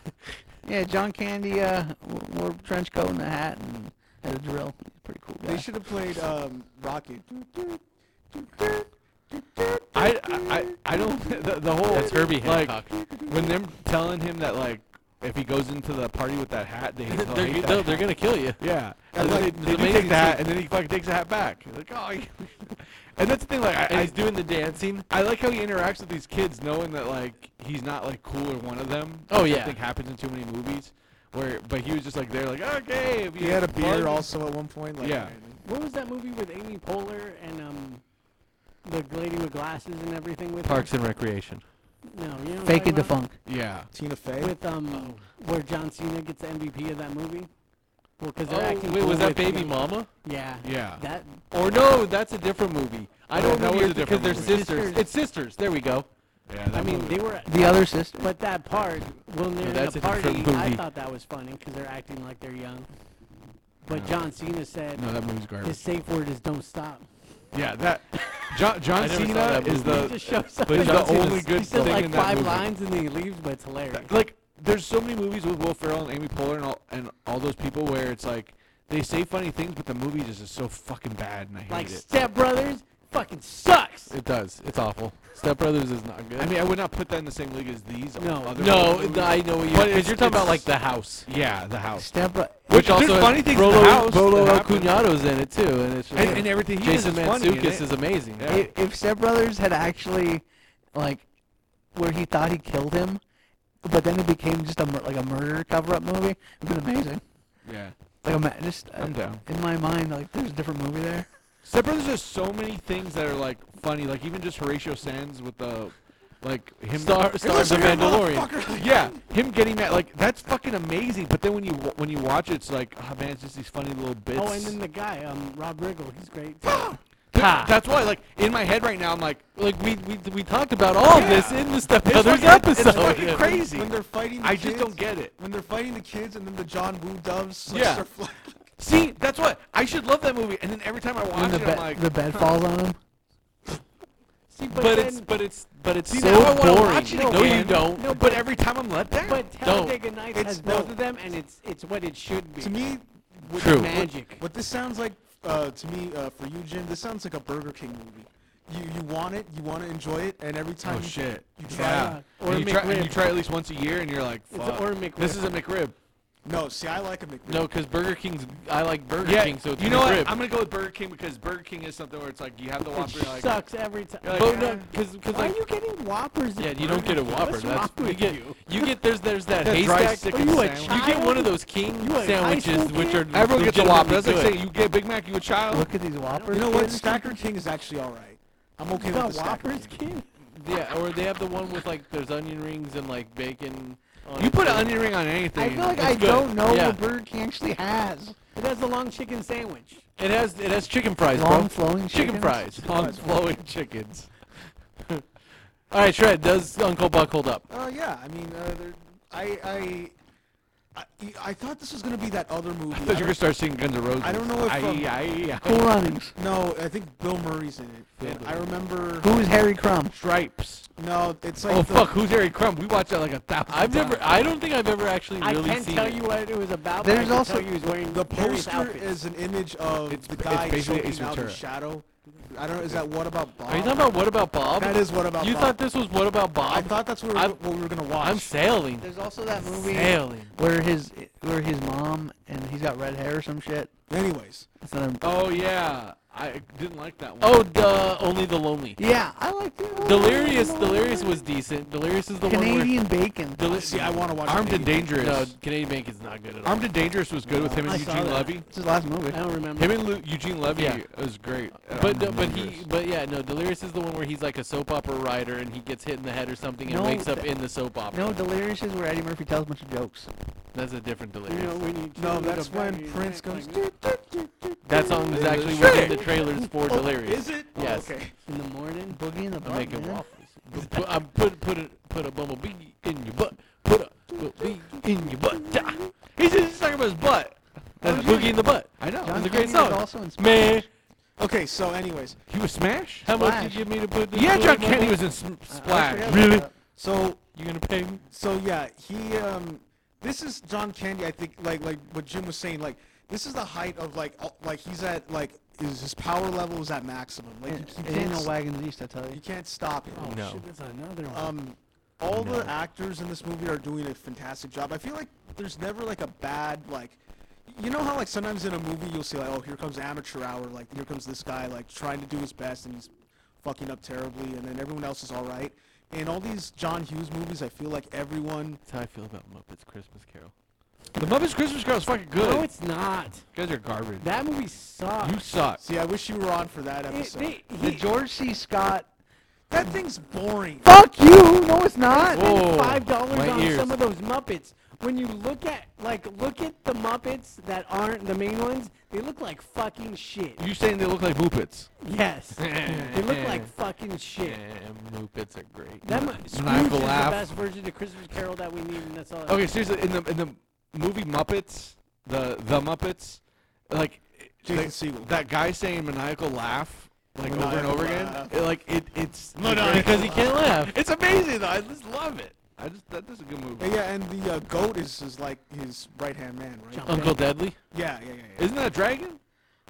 H: yeah, John Candy uh w- wore a trench coat and a hat and had a drill. Pretty cool guy.
D: They should have played um, Rocky.
G: I, I, I don't. The, the whole.
E: That's Herbie
G: like,
E: Hancock.
G: When them telling him that, like, if he goes into the party with that hat, they hate,
E: they're,
G: hate
E: g-
G: that
E: they're,
G: hat.
E: they're gonna kill you.
G: Yeah,
E: And
G: and,
E: like,
G: then
E: the
G: they, they do
E: amazing
G: take the hat, and then he fucking takes the hat back. He's like, oh, you-" and that's the thing. Like, I,
E: And
G: I
E: he's doing the dancing.
G: I like how he interacts with these kids, knowing that like he's not like cool or one of them.
E: Oh,
G: Like,
E: yeah.
G: that thing happens in too many movies. Where, but he was just like there, like okay. If you
D: He had a
G: plug-"
D: beer also at one point. Like,
G: Yeah.
I: What was that movie with Amy Poehler and um, the lady with glasses and everything with her?
E: Parks and Recreation.
I: No, you know. what I'm
H: Fake
I: talking
H: it to
I: about?
H: funk.
G: Yeah,
D: Tina Fey.
I: With um, where John Cena gets the MVP of that movie. Well, because
E: Oh,
I: they're acting.
E: wait,
I: cool
E: was that
I: with
E: Baby
I: him.
E: Mama?
I: Yeah.
G: yeah.
I: That
E: Or no, that's a different movie. I
G: No,
E: don't
G: that
E: know
G: was a
E: because
G: different
E: they're
G: movie.
E: sisters. It's sisters. There we go.
G: yeah
I: I mean, they were.
H: The other sister.
I: But that part, when they're in
E: that's
I: the
E: a different
I: party, I
E: movie.
I: thought that was funny because they're acting like they're young. But John Cena said
G: no, that movie's
I: his
G: garbage.
I: safe word is "Don't stop."
G: Yeah, that John John
E: never saw
G: Cena
E: that
G: is
E: movie.
I: He
G: the
I: just shows up.
G: is
I: and
G: the
I: does it.
G: only good
I: he says
G: thing
I: like
G: in that
I: five
G: movie.
I: lines and then he leaves, but it's hilarious.
G: like there's so many movies with Will Ferrell and Amy Poehler and all and all those people where it's like they say funny things, but the movie just is so fucking bad, and I hate
I: Like
G: it.
I: Step Brothers fucking sucks.
E: It does. It's awful. Step Brothers is not good.
G: I mean, I would not put that in the same league as these.
I: No.
G: other
E: no,
G: movies.
E: it- I know what you.
G: But
E: Because
G: it's-
E: you're talking about
G: it's-
E: like the house,
G: yeah, the house.
H: Step up.
E: which also
G: there's
E: has
G: funny things in the
E: Rolo,
G: house that
E: Rolo El
G: happen.
E: Cuñado's in it too, and it's just
G: And, and everything he does
E: Jason
G: is funny. and
E: Mantzoukas
G: it-
E: is amazing.
G: Yeah.
H: If, if Step Brothers had actually, like, where he thought he killed him, but then it became just a mur- like a murder cover-up movie, it would been amazing.
G: yeah.
H: Like, ima- just uh,
G: I'm down.
H: in my mind, like, there's a different movie there.
G: Step Brothers has so many things that are like funny, like even just Horatio Sands with the, like him.
E: Star, Star of the Mandalorian.
G: Yeah, him getting that like that's fucking amazing. But then when you wa- when you watch it, it's like, oh man, it's just these funny little bits.
I: Oh, and then the guy, um, Rob Riggle, he's great. too.
G: Th-
E: Ha.
G: That's why, like in my head right now, I'm like,
E: Like we, we we talked about all of this
G: Yeah.
E: in the Step
G: it's
E: Brothers
G: fucking,
E: episode.
G: It's fucking
E: Yeah.
G: crazy.
D: When they're fighting the
G: I
D: kids,
G: just don't get it.
D: When they're fighting the kids and then the John Woo doves.
G: Yeah.
D: Are flying.
G: See, that's what I should love that movie. And then every time I watch
H: When the,
G: it, I'm
H: bed
G: like,
H: the bed falls on him.
I: See, but,
E: But,
I: then,
E: it's but it's but it's
G: see,
E: so
G: now I want to
E: boring.
G: watch it
E: no,
G: again.
E: you don't.
G: No, but every time I'm let down.
I: but
E: don't.
I: Talladega Nights
D: It's
I: has both
D: no-
I: of them, and it's it's what it should be.
D: to me, what,
E: True.
D: what-
I: Magic.
D: What, this sounds like uh, to me uh, for you, Jim, this sounds like a Burger King movie. You you want it, you want to enjoy it, and every time
G: Oh
D: you,
G: shit!
D: you try
G: yeah.
D: it.
I: Or
G: and you try, and you
I: McRib.
G: try at least once a year, and you're like,
I: It's
G: fuck.
I: or McRib.
G: This is a McRib.
D: No, see, I like a McRib.
E: No, because Burger King's. I like Burger King, so it's
G: you know
E: McRib.
G: what? I'm gonna go with Burger King because Burger King is something where it's like you have the Whopper. You're like,
I: sucks every time.
G: You're like,
E: but
G: eh.
E: no, because
I: Why
E: like
I: are you getting Whoppers? at
E: yeah, you don't
I: Burger
E: get a
I: King?
E: Whopper.
I: What's
E: That's
I: wrong
E: you
I: with
E: get.
I: you?
E: You get there's there's that
G: That dry
E: haystack.
G: stick
E: you,
G: of
E: you
G: sandwich.
E: get one of those king
I: You a high
E: sandwiches,
I: school
E: which are
I: kid?
G: everyone gets a Whopper. That's like
E: legitimately
G: saying you get a Big Mac, you a child.
H: Look at these whoppers.
D: You know what?
H: kids.
D: Stacker King is actually all right. I'm okay
I: You
D: with
I: got
D: the Stacker
I: Whoppers,
D: King.
I: kid?
E: good. Yeah, or they have the one with like there's onion rings and like bacon. on
G: You
E: it,
G: put
E: too.
G: an onion ring on anything.
H: I feel like
E: It's
H: I
E: good.
H: don't know
E: Yeah.
H: what Burger King actually has.
I: It has the long chicken sandwich.
E: It has it has chicken fries,
H: Long
E: bro.
H: flowing
E: Chicken
H: chickens?
E: fries on flowing chickens. All right, Shred. Does Uncle Buck hold up?
D: Uh, yeah, I mean, uh, there- I, I, I, I thought this was gonna be that other movie.
G: I
D: I
G: thought you were
D: don't-
G: gonna start seeing Guns N' Roses.
D: I don't know if,
G: Aye,
D: um,
G: aye, aye.
H: Cool runnings.
D: No, I think Bill Murray's in it, and I remember.
H: Who is Harry Crumb?
G: Stripes.
D: No, it's like.
G: Oh
D: the-
G: fuck! Who's Harry Crumb? We watched that like a thousand
E: I've never.
G: times.
E: I don't think I've ever actually
I: I
E: really
I: can't
E: seen.
I: tell
E: it.
I: you what it was about.
H: There's
I: but I can
H: also-
I: tell you he was wearing
D: The
I: various
D: poster
I: outfits.
D: is an image of
G: It's-
D: the
G: it's
D: guy
G: basically
D: choking
G: Ace
D: out
G: Ventura.
D: his shadow, I don't know. Is that what about Bob?
E: Are you talking about what about Bob?
D: That is what about
E: you
D: Bob.
E: thought this was what about Bob?
D: I thought that's what we, were,
E: I'm-
D: what we were gonna watch.
E: I'm sailing.
H: There's also that movie
E: Sailing.
H: where his where his mom and he's got red hair or some shit.
D: Anyways,
H: That's not a-
G: Oh yeah, I didn't like that one.
E: Oh, duh, only the lonely.
H: yeah, I like that.
E: Delirious, Delirious was decent. Delirious is the one where
H: Canadian bacon.
E: Deli-
D: see, I want to watch.
G: Armed and Dangerous.
E: no Canadian Bank is not good at all.
G: Armed and Dangerous was good with him and
I: I saw
G: Eugene
I: that.
G: Levy.
H: It's his last movie.
I: I don't remember.
G: Him and Lu- Eugene Levy
E: Yeah.
G: was great. at
E: But
G: Armed
E: no,
G: and
E: but he
G: Uh, Dangerous.
E: but yeah no Delirious is the one where he's like a soap opera writer and he gets hit in the head or something and
H: No,
E: wakes up
H: th-
E: in the soap opera.
H: No, Delirious is where Eddie Murphy tells a bunch of jokes.
E: That's a different
I: You
E: Delirious.
I: know, when you
D: No,
I: turn
D: that's
I: the back
D: when
I: of your
D: Prince
I: neck like
D: goes.
I: this
E: that song was actually
G: Shit.
E: within the trailers for Delirious.
D: Is it? Oh,
E: Yes.
D: okay.
I: in the morning.
H: Boogie in the
E: I'm
H: butt,
E: making
H: man.
E: waffles. Put- put- I'm put put a put a bumblebee in your butt. Put a bumblebee in your butt. Ah. He's just talking about his butt. That's boogie in the butt.
G: I know.
H: John
E: It's a great
H: Candy was
E: song.
H: also in
E: Man,
D: Okay. So, anyways,
G: He was Smash.
E: how much
H: Splash.
E: did you give me to put this?
G: Yeah,
E: blue
G: John
E: in my
G: Candy
E: butt?
G: was in Sm- Splash.
H: Really?
D: so
E: You gonna pay me?
D: So yeah, he um, this is John Candy. I think like like what Jim was saying. Like this is the height of like all- like he's at like is his power level is at maximum. Like you, you
H: It ain't
D: can't
H: no
D: s-
H: Wagons East, I tell
D: you
H: you.
D: can't stop it.
I: Oh
E: No.
I: shit, that's another one.
D: Um, all the actors in this movie are doing a fantastic job. I feel like there's never like a bad like. You know how like sometimes in a movie you'll see like oh here comes amateur hour like here comes this guy like trying to do his best and he's fucking up terribly and then everyone else is all right. In all these John Hughes movies, I feel like everyone
E: That's how I feel about Muppets Christmas Carol.
G: The Muppets Christmas Carol is fucking good.
I: no, it's not.
G: you guys are garbage.
I: That movie sucks.
G: you suck.
D: See, I wish you were on for that
I: It-
D: episode.
I: they-
H: The
I: he-
H: George C. Scott.
D: that thing's boring.
H: Fuck you! No, it's not.
I: spend
E: Whoa,
I: five dollars
E: my
I: on
E: ears.
I: some of those Muppets. When you look at like look at the Muppets that aren't the main ones, they look like fucking shit.
G: You saying they look like Muppets?
I: Yes, they look like fucking shit.
E: Muppets are great.
I: That mu-
G: not
I: Scrooge is the
G: laugh.
I: best version of Christmas Carol that we need, and that's all.
G: Okay, seriously, in the in the movie Muppets, the the Muppets, like
D: Jason
G: they-
D: Segel.
G: that guy saying maniacal laugh like over and
D: Maniacal
G: over again,
D: laugh.
G: it, like it it's
E: Because he can't laugh.
G: it's amazing though. I just love it. I just that, that's a good movie.
D: Yeah, yeah, and the uh, goat is, is like his right hand man, right?
E: Uncle Deadly?
D: Yeah, yeah, yeah. yeah.
G: Isn't that a dragon?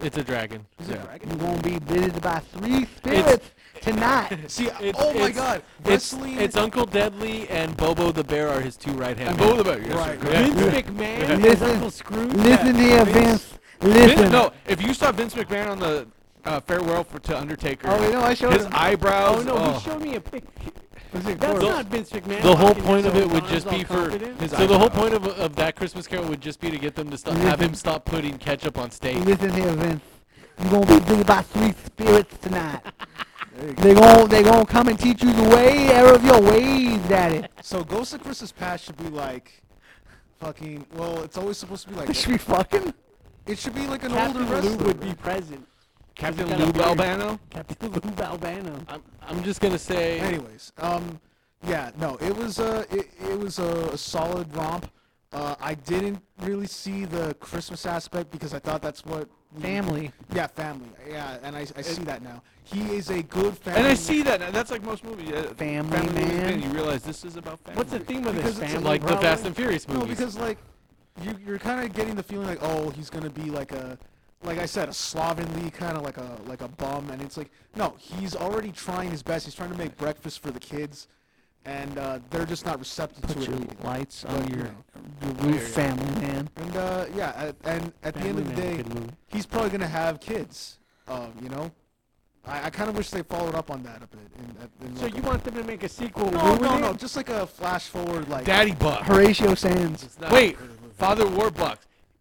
E: It's a dragon.
D: Is it dragon?
H: You won't be visited by three spirits
G: Ah,
H: tonight.
D: See,
E: It's-
D: oh my
E: it's-
D: God,
E: It's,
D: wrestling.
E: it's Uncle Deadly and Bobo the Bear are his two right hand.
G: And both of them.
D: Right.
E: Vince McMahon is
H: Listen.
E: Uncle Scrooge.
H: Listen here, Vince. Listen.
G: Vin, no, if you saw Vince McMahon on the uh, farewell for, to Undertaker,
H: Oh, you know, I showed
G: his
H: him.
G: eyebrows.
I: Oh no,
G: oh.
I: he showed me a picture.
H: Was it
I: That's
H: Gore?
I: not Vince McMahon.
E: The whole
I: talking
E: point of
I: so
E: it would
I: Don's
E: just
I: all
E: be for.
I: confident.
E: So the whole point of, of that Christmas Carol would just be to get them to stop, have him stop putting ketchup on steak.
H: Listen here, Vince. You gonna be visited by three spirits tonight. They gon' they gon' come and teach you the way out of your ways, Daddy.
D: so Ghost of Christmas Past should be like, fucking. Well, it's always supposed to be like.
H: They should be fucking.
D: It should be like an
I: Captain
D: older
I: Lou
D: wrestler.
I: would be present.
G: Captain
I: He's got a
G: Lou
I: beard.
G: Albano.
I: Captain Lou Balbano.
E: I'm, I'm just going to say.
D: Anyways, um, yeah, no, it was a it, it was a, a solid romp. Uh, I didn't really see the Christmas aspect because I thought that's what we-
H: Family.
D: Yeah, family. Yeah, and I, I see that now. He is a good family.
G: And I see that. and That's like most movies. uh,
H: Family
G: movies,
H: Man.
G: and You realize this is about family.
I: What's the theme of
D: Because
I: this?
D: it's
I: Family
E: like the
I: problem?
E: Fast and Furious
D: No,
E: movies.
D: because like you you're kind of getting the feeling like oh he's gonna be like a like I said a slovenly kind of like a like a bum and it's like no he's already trying his best. He's trying to make breakfast for the kids, and uh, they're just not receptive
H: Put
D: to
H: your
D: it. immediately.
H: lights
D: But,
H: on
D: you
H: your,
D: know.
H: your roof, family man.
D: And uh, yeah, at, and at the end
I: Family
D: of the day,
I: Man, good movie.
D: he's probably gonna have kids. Um, you know, I, I kind of wish they followed up on that a bit. In, in
I: So
D: like
I: you want them to make a sequel?
D: a, no,
I: ruin
D: no,
I: it?
D: no, just like a flash forward, like
G: Daddy Buck.
H: Horatio Sands.
E: It's not-
G: Wait, Father Warbucks.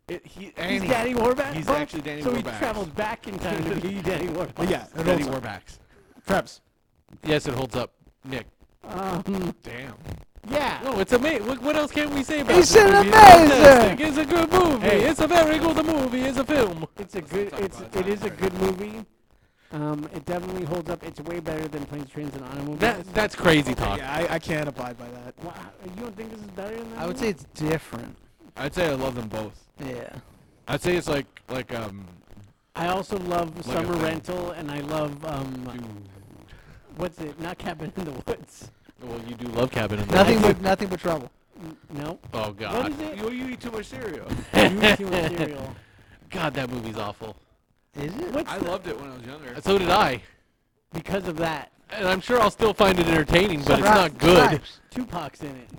G: It, he,
I: He's
G: and he-
I: Daddy Warback.
G: He's
I: Buck?
G: actually Danny
I: So he
G: Warback.
I: traveled back in time to be Daddy Warback.
D: yeah, it
G: Daddy
D: rolls up.
G: Warbacks.
D: Preps.
E: yes, it holds up. Nick.
I: Um,
G: Damn.
I: yeah.
E: No, it's amazing. What, what else can we say about
H: It's
E: this
H: an
E: movie?
H: amazing-
E: fantastic. It's a good movie.
G: Hey.
E: It's a very good movie. It's a film.
I: It's a good.
G: talk
I: It's
G: about
I: it
G: that
I: is a
G: right
I: good movie. Um, it definitely holds up. It's way better than Planes, Trains, and Automobiles.
E: That that's crazy talk.
D: Yeah, I, I can't abide by that.
I: Wow, you don't think this is better than that?
H: I would say
I: movie?
H: it's different.
G: I'd say I love them both.
H: Yeah.
G: I'd say it's like like um.
I: I also love Summer
G: thing.
I: Rental, and I love um, what's it? Not Cabin in the Woods.
E: Well, you do love Cabin in the
H: Nothing
E: Woods.
H: but nothing but trouble.
I: N- No.
E: Oh
I: What
E: God.
I: is it?
G: you eat too much cereal.
I: You too cereal.
E: God, that movie's awful.
H: Is it?
I: What's
G: I
I: the-
G: loved it when I was younger.
E: So did I.
I: because of that?
E: And I'm sure I'll still find it entertaining, but it's not
H: Surprise-
E: good.
H: surprise.
I: Tupac's in it.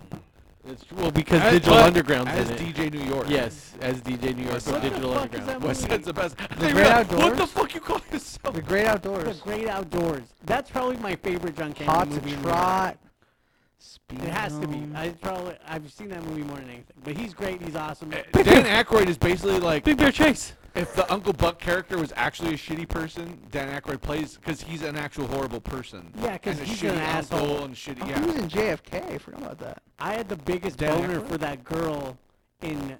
E: It's, well, because
G: As-
E: Digital
G: but
E: Underground's
G: as
E: in it.
G: DJ New York.
E: yes, as DJ New York from
I: What the
E: Digital
I: fuck
E: Underground.
I: is that
G: West
I: movie?
G: End's the best.
H: Great
G: What the
H: Outdoors?
G: fuck you call yourself?
H: The Great
I: The
H: Outdoors.
I: Great Outdoors. That's probably my favorite John Candy
H: Hot
I: movie.
H: to
I: in the world.
H: trot. Speed
I: It has to be.
H: Zone.
I: I probably I've seen that movie more than anything. But he's great. He's awesome.
G: Dan Aykroyd is basically like
E: Big Bear Chase.
G: if the Uncle Buck character was actually a shitty person, Dan Aykroyd plays because he's an actual horrible person.
I: Yeah, 'cause
G: And a
I: he's
G: shitty
I: an
G: uncle
I: asshole.
G: and shitty.
H: Oh,
G: Yeah,
H: He was in JFK. I forgot about that.
I: I had the biggest
G: Dan
I: boner
G: Aykroyd?
I: for that girl in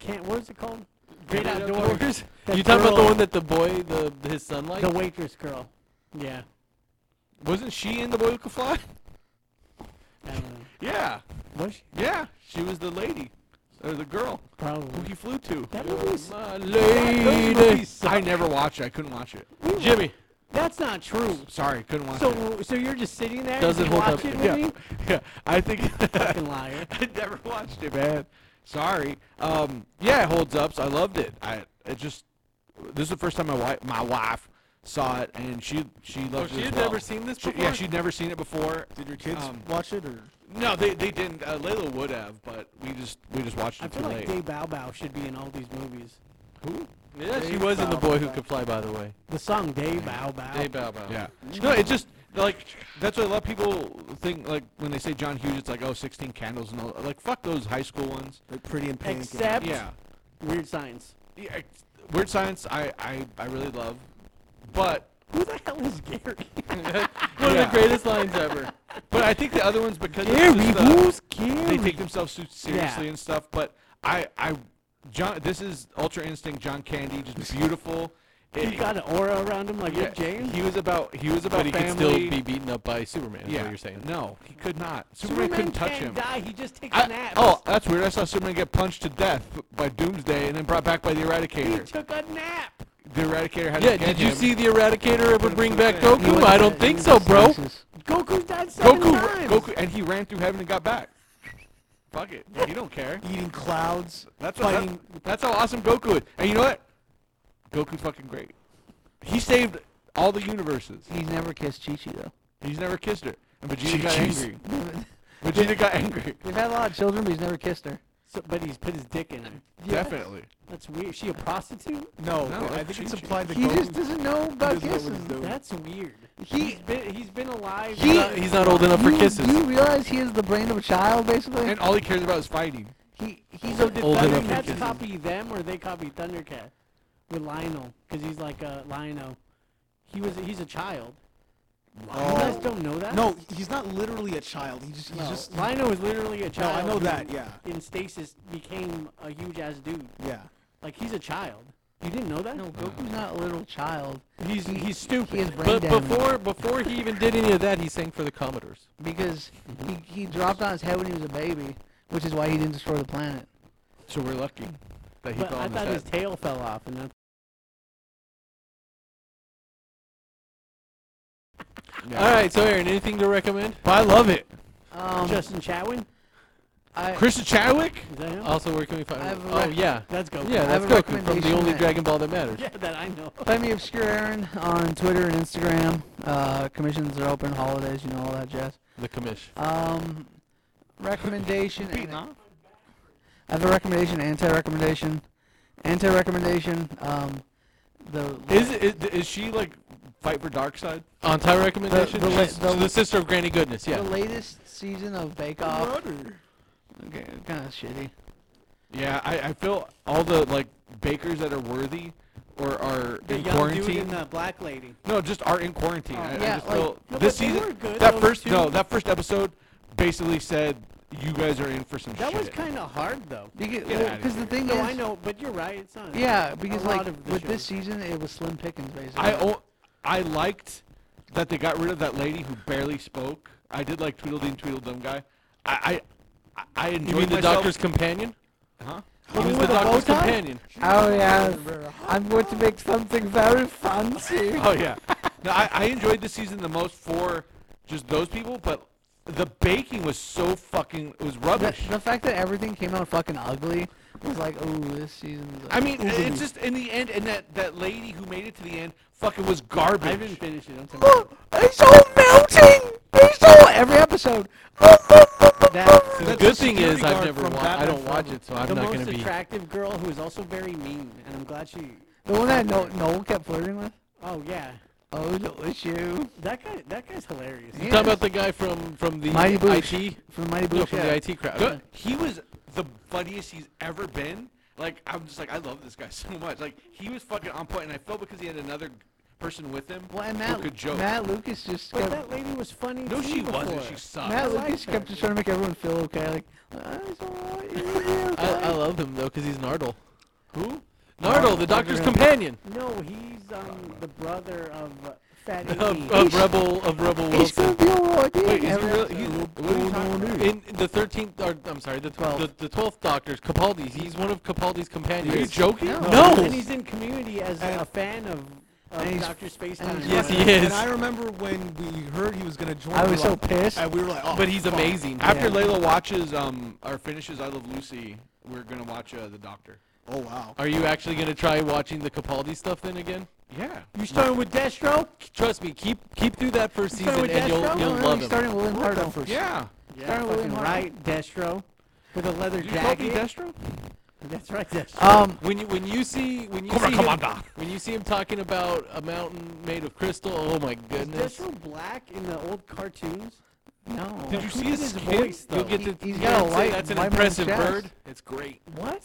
I: can't what is it called? Great
E: Great
I: Outdoors.
E: Outdoors.
I: That
E: you talking about the
I: girl-
E: one that the boy, the his son liked?
I: The waitress girl. Yeah.
G: wasn't she in The Boy Who Could Fly?
I: I don't know.
G: Yeah,
I: Was she?
G: yeah, she was the lady or the girl who
I: Probably.
G: he flew to.
I: That movie was
G: My
I: those
G: lady.
I: movies
G: I
I: suck.
G: never watched it. I couldn't watch it.
E: Jimmy.
I: That's not true.
G: Sorry, couldn't watch it.
I: So so you're just sitting there
E: Doesn't
I: and you
E: hold
I: watch
E: up.
I: it
G: Yeah,
I: movie?
G: yeah. I think
I: Fucking liar.
G: I never watched it, man. Sorry. Um, yeah, it holds up. So I loved it. I it just this is the first time my wife my wife saw it, and she she
E: Oh,
G: loved it.
E: she
G: as
E: had
G: well.
E: never seen this
G: She-
E: before.
G: yeah, she'd never seen it before.
L: Did your kids
G: Um,
L: watch it or?
G: No, they, they didn't. Uh, Layla would have, but we just we just watched it
I: I
G: too
I: feel like
G: late.
I: Dave Bow Bow should be in all these movies.
G: Who?
E: yeah, she
L: Dave
E: was in the
L: Bow
E: boy who
L: Wow.
E: could fly. By the way,
I: The song Dave Bow Bow.
E: Dave Bow Bow.
G: Yeah. No, it just like that's what a lot of people think. Like when they say John Hughes, it's like oh, 16 candles and all. Like fuck those high school ones.
L: Like Pretty in Pink. and-
I: Except
G: Yeah.
I: Weird Science.
G: yeah it's- Weird Science, I, I, I really love, but
I: Who the hell is Gary?
E: One
G: Yeah.
E: of the greatest lines ever.
G: but I think the other ones because it's just the- they take themselves so seriously
I: Yeah.
G: and stuff. But I I John, this is Ultra Instinct John Candy, just beautiful.
I: he
G: It-
I: got an aura around him like
G: yeah,
I: Rick James.
G: He was about he was about
E: But he could
G: family.
E: still be beaten up by Superman. Is
G: yeah,
E: what you're saying?
G: no, he could not. Superman,
I: Superman
G: couldn't touch
I: can't
G: him.
I: die. He just takes
G: I-
I: naps.
G: oh, that's weird. I saw Superman get punched to death by Doomsday and then brought back by the
I: he
G: Eradicator.
I: took a nap.
G: The Eradicator had
E: Yeah,
G: to get
E: did you
G: him.
E: see the Eradicator ever bring back
G: He
H: He
E: Goku?
H: was
E: I
H: in
E: don't
H: the-
E: think
H: he
E: so,
H: was in
E: bro.
H: Slices.
I: Goku's died seven
G: Goku,
I: times.
G: Goku, and he ran through heaven and got back. Fuck it, he don't care.
L: Eating clouds.
G: That's what that- that's how awesome Goku is. And you know what? Goku's fucking great. He saved all the universes.
H: He's never kissed Chi Chi though.
G: He's never kissed her. And Vegeta got angry. Vegeta got angry.
H: They've had a lot of children, but he's never kissed her.
I: So- but he's put his dick in her.
G: Definitely.
I: That's weird. She a prostitute?
L: No,
G: No,
L: I
G: that's
L: think it's
G: Chi-Chi.
L: implied that
H: He just
L: Goku.
H: doesn't know about
L: doesn't know what
H: kissing.
L: he's doing.
I: That's weird.
H: He,
I: He's been he's been alive.
H: He-
I: uh,
E: He's not old enough for
H: you,
E: kisses.
H: Do you realize he is the brain of a child, basically?
G: And all he cares about is fighting.
H: he, he's
I: so did
E: old enough for
I: Thundercats
E: kisses.
I: copy them or they copy Thundercat with Lionel because he's like a Lionel. He was he's a child. You guys
L: Oh.
I: don't know that?
L: No, he's not literally a child. He just he's
I: No,
L: just
I: Lionel was literally a
L: No, I
I: child.
L: know
I: who
L: that. Yeah,
I: In stasis, became a huge ass dude.
L: yeah.
I: Like he's a child. You didn't know that?
H: no, Goku's not a little child.
E: He's
H: He-
E: he's stupid.
H: he has brain
E: but
H: damage.
E: before before he even did any of that, he sang for the Commodores.
H: because he, he dropped on his head when he was a baby, which is why he didn't destroy the planet.
G: So we're lucky that he
I: But
G: fell
I: I
G: on his
I: thought his
G: head.
I: tail fell off, and that's
G: Yeah.
E: All right, so Aaron, anything to recommend?
G: But I love it.
H: Um,
I: Justin Chatwin.
H: I,
G: Kristen Chadwick?
I: Is that him?
E: Also, where can we find?
H: I have a
E: Oh
H: rec-
E: yeah,
I: That's Goku.
E: uh, yeah,
H: I have
E: that's
H: a
E: Goku from the
H: recommendation
E: only
H: that-
E: Dragon Ball that matters.
I: Yeah, that I know.
H: find me obscure Aaron on Twitter and Instagram. Uh, commissions are open, holidays, you know all that jazz.
E: The commish.
H: Um, recommendation. and- I have a recommendation, anti-recommendation, anti-recommendation. Um, the
G: Is, is is she like fight for dark side?
E: On time recommendation,
H: the la-
E: She's-
H: the-
E: so the sister of Granny Goodness.
H: the
E: Yeah.
H: latest season of Bake Off. Okay, kind of shitty.
G: Yeah, I, I feel all the like bakers that are worthy or are
I: The
G: in
I: young dude
G: quarantine.
I: and the black lady.
G: No, just are in quarantine. I, I
H: yeah,
G: just
H: like-
G: feel this
I: No, but they were
G: season,
I: good,
G: that
I: those
G: first
I: two.
G: no, that first episode basically said you guys are in for some
I: That
G: shit.
I: was kind of hard though.
H: Because
G: Get
H: well,
G: outta
H: 'cause the
G: here.
H: thing
I: No,
H: is,
I: I know, but you're right. It's not.
H: yeah, because
I: a
H: like
I: lot of the
H: with this
I: shows.
H: season, it was Slim Pickens basically.
G: I o- I liked that they got rid of that lady who barely spoke. I did like Tweedledee and Tweedledum guy. I I, I- I enjoyed
E: You mean the
G: myself.
E: doctor's companion?
G: Huh?
E: He was the
H: with a bow
E: doctor's
H: tie?
E: companion.
M: Oh yes, I'm going to make something very fancy.
G: Oh yeah. no, I, I enjoyed this season the most for just those people, but the baking was so fucking it was
H: the,
G: rubbish.
H: the fact that everything came out fucking ugly was like, oh, this season's.
G: I mean, it's just in the end, and that, that lady who made it to the end fucking was garbage.
I: I didn't finish it. I'm telling you.
H: Oh, it's all melting. It's all every episode.
I: That,
E: The
I: the,
E: good thing is I've
D: guard
E: never
D: from
E: watched. I
D: Batman
E: don't watch it, so I'm
I: the
E: not going
I: most
E: to be.
I: attractive girl who is also very mean, and I'm glad she.
H: The one that no Noel kept flirting with.
I: Oh yeah,
H: Oh, no issue.
I: that guy. That guy's hilarious.
E: Talk about the guy from from the
H: Mighty Boosh.
E: IT.
H: From Mighty
E: No,
H: Boosh.
E: from the
H: yeah.
E: IT crowd.
G: Good. He was the funniest he's ever been. Like I'm just like I love this guy so much. Like he was fucking on point, and I felt because he had another person with him
H: Well, and
G: who could
H: Matt,
G: joke.
H: Matt Lucas just
I: But
H: kept,
I: that lady was funny
G: no,
I: too
G: she
I: before.
G: wasn't. She sucked.
H: Matt
I: I
H: Lucas
I: liked her.
H: kept just trying to make everyone feel okay. Like, ah, it's alright. you'll be
E: I, I
H: okay."
E: love him though because he's Nardole. Who? Nardole, the Doctor's companion
I: No, he's um the brother of uh, Fat Amy.
E: of, of Rebel of Rebel
H: It's
E: Wilson.
H: gonna be alright.
E: Wait, is he
H: Every
E: really?
H: episode.
E: He's, what are you talking about? In the thirteenth, or I'm sorry, the twelfth, the twelfth Doctor's Capaldi's. He's one of Capaldi's companions. Are you joking?
I: no. And he's in Community as a fan of, of Doctor Space. Time.
E: Yes, he is.
D: And I remember when we heard he was gonna join.
H: I
D: we
H: was
D: were
H: so
D: like,
H: pissed.
D: and we were like, oh,
E: But he's
D: fuck.
E: amazing.
G: After Layla watches um or finishes I Love Lucy, we're gonna watch uh, the Doctor.
D: Oh wow.
E: Are you actually going to try watching the Capaldi stuff then again?
G: Yeah.
I: You starting with Destro?
E: Trust me, keep keep through that first season
I: with
E: and you'll
I: Destro?
E: you'll
H: No, no,
E: love
H: he's
E: him.
H: starting with William Hartnell first.
G: Yeah.
I: Yeah,
H: Starting with
I: fucking
H: William
I: right, Destro, with a leather
G: Did you call me
I: jacket.
G: Destro?
I: That's right, Destro.
H: Um,
E: When you when you see when you
G: Cobra
E: see him,
G: Commander.
E: when you see him talking about a mountain made of crystal, oh my
I: Is
E: goodness!
I: Destro black in the old cartoons?
H: no.
E: Did you see
I: his
E: his
I: skin?
E: voice? Though. You'll get to,
H: He's
E: you
H: got a
E: can say
H: white-
E: That's an
H: white man's
E: impressive
H: chest.
E: bird. It's great.
H: What?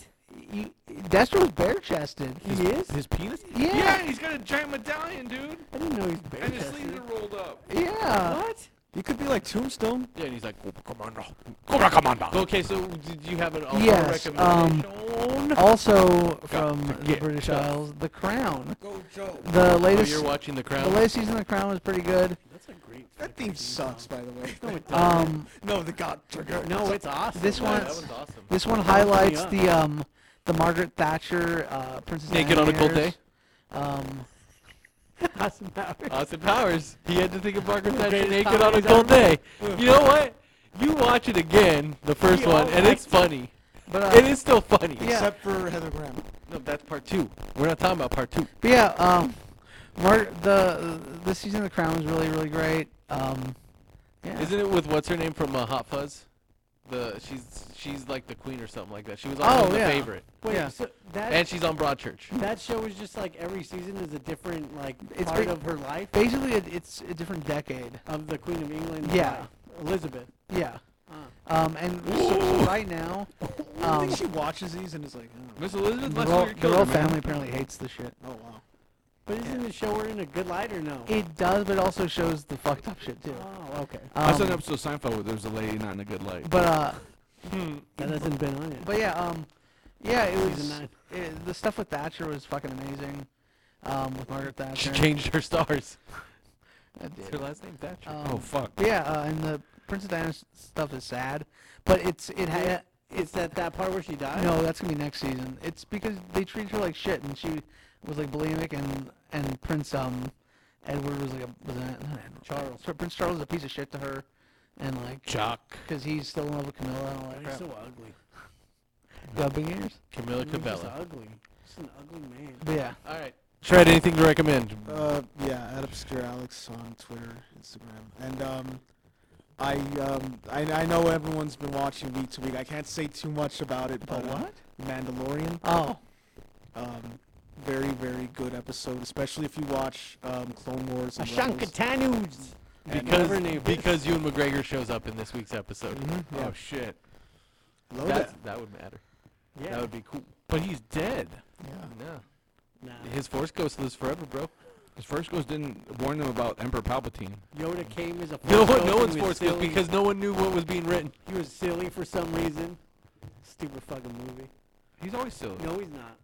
H: You, Destro's bare chested.
I: He is.
E: His penis?
H: Yeah.
G: Yeah, he's got a giant medallion, dude,
I: I didn't know he's bare
G: and his sleeves are rolled up.
H: Yeah.
I: What?
D: He could be like Tombstone.
E: Yeah, and he's like, "Cobra Commander."
G: Cobra Commander.
E: Okay, so did you have an also
H: Yes, um,
E: recommendation?
H: Also from
G: to
H: the
G: get
H: British
G: tough.
H: Isles, The Crown.
D: Go Joe.
H: The
E: oh,
H: latest,
E: you're watching The
H: the
E: Crown.
H: latest season of The Crown was pretty good.
I: That's a great.
D: That theme sucks, by the way.
I: No, it doesn't.
H: Um,
D: Uh, no, the God Trigger.
I: no, it's awesome.
H: this
I: one.
H: one's-
E: awesome.
H: This one highlights
I: up.
H: the um the Margaret Thatcher uh, Princess
E: Naked
H: Diana
E: on a cold
H: years.
E: day?
H: Um,
I: awesome powers.
E: Austin Powers. He had to think of Margaret Thatcher
I: Greatest
E: naked on a
I: powers
E: cold
I: ever.
E: day. You know what? You watch it again, the first
I: We all
E: one, and it's funny.
H: but uh,
E: It is still funny.
H: yeah,
D: Except for Heather Graham.
E: No, that's part two. We're not talking about part two.
H: but yeah. Um, Mar- the the season of the Crown was really really great. Um, yeah.
E: Isn't it with what's her name from uh, Hot Fuzz? The she's she's like the queen or something like that. She was also
H: Oh,
E: the
H: yeah.
E: favorite,
I: Wait,
H: yeah.
I: so that
E: and she's on Broadchurch.
I: that show is just like every season is a different like
H: It's
I: part
H: ba-
I: of her life
H: Basically, it, it's a different decade.
I: of the Queen of England.
H: Yeah.
I: Elizabeth.
H: Yeah.
I: Ah.
H: Um, and so, so right now,
D: I
H: um,
D: think she watches these and is like, oh,
G: Miss Elizabeth,
H: the
G: let's
H: royal,
G: go
H: the royal family apparently hates the shit.
D: oh wow.
I: But isn't the show we're in a good light or no?
H: It does, but it also shows the fucked up shit too.
I: oh, okay.
G: I saw an
H: Um,
G: episode of Seinfeld where there was a lady not in a good light.
H: but uh,
I: That hasn't been on yet.
H: But yeah, um, yeah, it was
I: nine.
H: it, the stuff with Thatcher was fucking amazing. Um, with Margaret
E: She
H: Thatcher.
E: changed her stars.
H: I did.
E: Her last name Thatcher.
H: Um,
G: oh fuck.
H: but yeah, uh, and the Prince of Diana s- stuff is sad, but it's it had
I: it's at that part where she died.
H: no. That's gonna be next season. It's because they treated her like shit, and she was like bulimic, and and Prince um Edward was like a was a, Charles. Prince Charles is a piece of shit to her, and like
E: Jock.
H: because he's still in love with Camilla and all that
I: He's
H: crap.
I: so ugly.
H: Got big ears.
E: Camilla
I: He's just
E: Cabella.
I: ugly. Just an ugly man.
H: But yeah,
E: All right. Shred, anything to recommend?
D: Uh, yeah, at obscure Alex on Twitter, Instagram, and um, I um, I, I know everyone's been watching week to week. I can't say too much about it, but uh,
H: what?
D: Mandalorian.
H: Oh,
D: Um, very very good episode, especially if you watch um, Clone Wars. And
I: Ashanka
D: Rebels.
I: Tanu's.
E: Because because Ewan McGregor shows up in this week's episode.
D: Yeah.
G: Oh shit.
D: Load
E: That's,
D: it.
E: that would matter.
I: Yeah.
E: That would be cool.
G: But he's dead.
E: No.
I: Nah.
E: His force ghost lives forever, bro.
G: His first ghost didn't warn them about Emperor Palpatine.
I: Yoda came as a
E: No
I: force
E: one, no
I: ghost.
E: one's
I: He was
E: force ghost
I: silly.
E: because no one knew what was being written.
I: he was silly for some reason. Stupid fucking movie.
G: He's always silly.
I: No, he's not.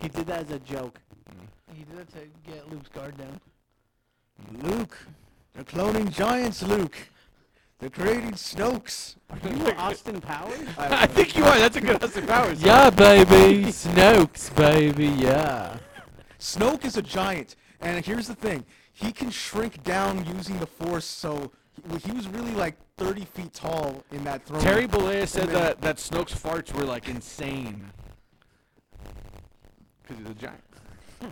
I: He did that as a joke.
H: he did that to get Luke's guard down.
D: Luke, they're cloning giants. Luke, they're creating Snoke's.
I: You were Austin Powers?
G: I think you are. That's a good Austin Powers.
E: Yeah, baby. Snokes, baby. Yeah.
D: Snoke is a giant, and here's the thing: he can shrink down using the Force. So he, he was really like 30 feet tall in that throne.
G: Terry Bollea said
D: And then-
G: that that Snoke's farts were like insane. because he's a giant.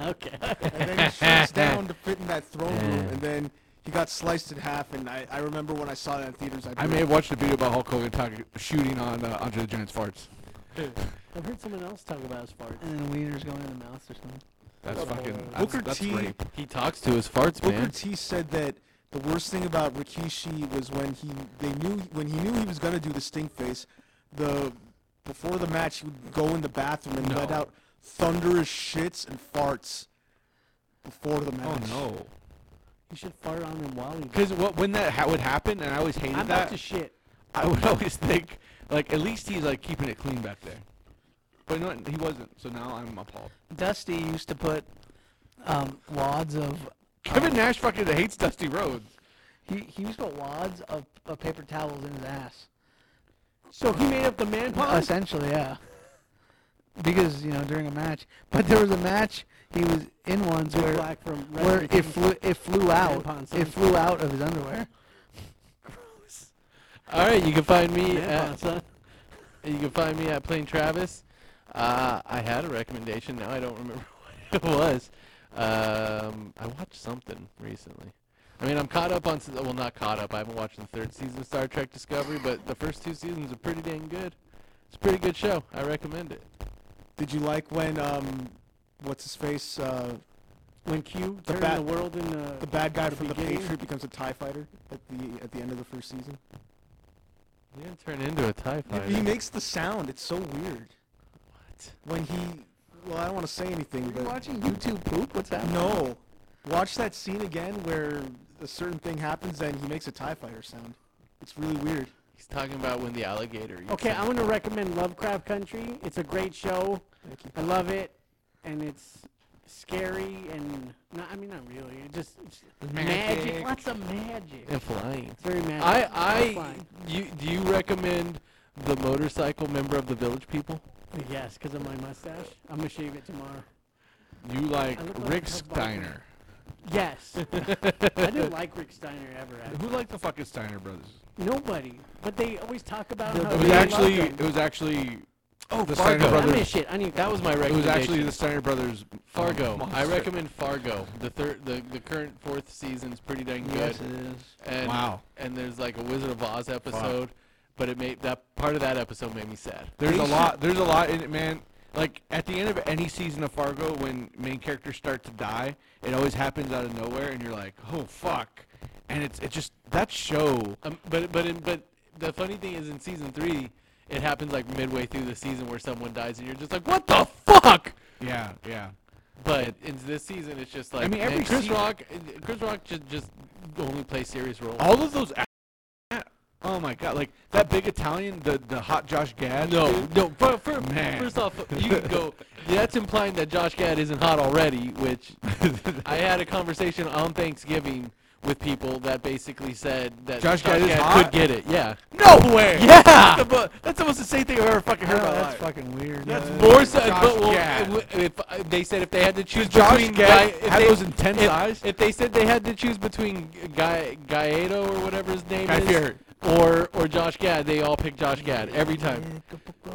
I: Okay.
L: and then he shrinks down to fit in that throne room, and then he got sliced in half. And I, I remember when I saw that in theaters, I,
G: I may have watched a video about Hulk Hogan talking shooting on uh, Andre the Giant's farts.
I: I've heard someone else talk about his farts.
H: And then wieners going in the mouth or something.
G: That's fucking. That's,
L: Booker
G: that's
L: T.
G: rape.
E: He talks to his farts,
L: Booker
E: man.
L: T said that the worst thing about Rikishi was when he they knew when he knew he was gonna do the stink face, the before the match he would go in the bathroom and let out thunderous shits and farts before the match.
G: Oh, no!
I: You should fart on him while he.
G: Because what when that ha- would happen, and I always hated
I: I'm
G: that.
I: about to shit.
G: I would always think like at least he's like keeping it clean back there. But you know what? He wasn't. So now I'm appalled.
H: Dusty used to put um, wads of
I: Oh.
G: Kevin Nash fucking hates Dusty Rhodes.
H: he he used to put wads of, of paper towels in his ass.
I: So he made up the man pond.
H: Essentially, yeah. Because you know during a match, but there was a match he was in once
I: Big
H: where
I: Black from Red
H: where
I: Dead
H: it flew it flew out
I: Tampon
H: it
I: sounds
H: flew out of his underwear.
E: All right, you can find me
I: Man
E: at
I: pond, son.
E: you can find me at Plain Travis. Uh, I had a recommendation. Now I don't remember what it was. Um, I watched something recently. I mean, I'm caught up on s- well, not caught up. I haven't watched the third season of Star Trek Discovery, but the first two seasons are pretty dang good. It's a pretty good show. I recommend it.
L: Did you like when um what's his face? Uh,
I: When Q
L: The
I: turned
L: bat-
I: the world into
L: the bad guy from the
I: beginning.
L: Patriot becomes a TIE fighter at the at the end of the first season.
E: You didn't turn into a
L: He
E: Tie Fighter.
L: makes the sound. It's so weird. When he, well, I don't want to say anything,
H: You
L: but
H: watching YouTube poop? What's happening?
L: no. Watch that scene again where a certain thing happens and he makes a Tie Fighter sound. It's really weird.
E: He's talking about when the alligator. eats
I: Okay,
E: him.
I: I want to recommend Lovecraft Country. It's a great show.
L: Thank you.
I: I love it, and it's scary and not. I mean, not really. It just it's magic.
G: magic.
I: Lots of magic.
E: and flying.
I: It's very magic. It's
E: I
I: fine.
E: I you do you recommend the motorcycle member of the Village People?
I: yes, because of my mustache. I'm gonna shave it tomorrow.
G: You like
I: I look like
G: Rick
I: a tough
G: Steiner.
I: Yes, I didn't like Rick Steiner ever. Actually.
G: Who liked the fucking Steiner brothers?
I: Nobody, but they always talk about how
G: It was
I: they love
G: actually
I: him.
G: it was actually oh
E: Fargo.
G: the Steiner
I: I'm gonna
G: brothers.
I: shit. I need
E: That was my
G: It was
E: recommendation.
G: actually the Steiner brothers
E: Fargo. I
G: monster.
E: recommend Fargo. The third, the, the current fourth season's pretty dang good.
H: Yes, it is.
E: And,
G: Wow.
E: And there's like a Wizard of Oz episode, but it made that part of that episode made me sad.
G: There's a lot. There's a lot in it, man. Like at the end of any season of Fargo, when main characters start to die, it always happens out of nowhere, and you're like, "Oh fuck!" And it's it just that show.
E: Um, but but in, but the funny thing is in season three, it happens like midway through the season where someone dies and you're just like, what the fuck?
G: Yeah, yeah.
E: But in this season, it's just like
G: mean,
E: man,
G: every
E: Chris
G: sea-
E: Rock, Chris Rock just just only plays serious roles.
G: All of those. a- Oh my god! Like that big Italian, the the hot Josh Gad.
E: No,
G: dude.
E: no. For, for,
G: Man.
E: First off, you can go. That's implying that Josh Gad isn't hot already, which I had a conversation on Thanksgiving with people that basically said that
G: Josh Gad is
E: could
G: hot?
E: get it. Yeah.
G: no way.
E: Yeah.
G: That's, the, mo- that's almost the same thing I've ever fucking heard.
H: Oh,
G: about.
H: that's fucking weird.
G: That's
H: man.
E: More so, but well,
G: Gad.
E: if, if- they said if they had to choose
G: Josh
E: between
G: Gad
E: Guy- if
G: had
E: they-
G: those intense
E: if,
G: eyes?
E: If they said they had to choose between Guy Gaeto or whatever his name
G: Guy
E: is,
G: Fieri.
E: or or Josh Gad, they all pick Josh Gad every time.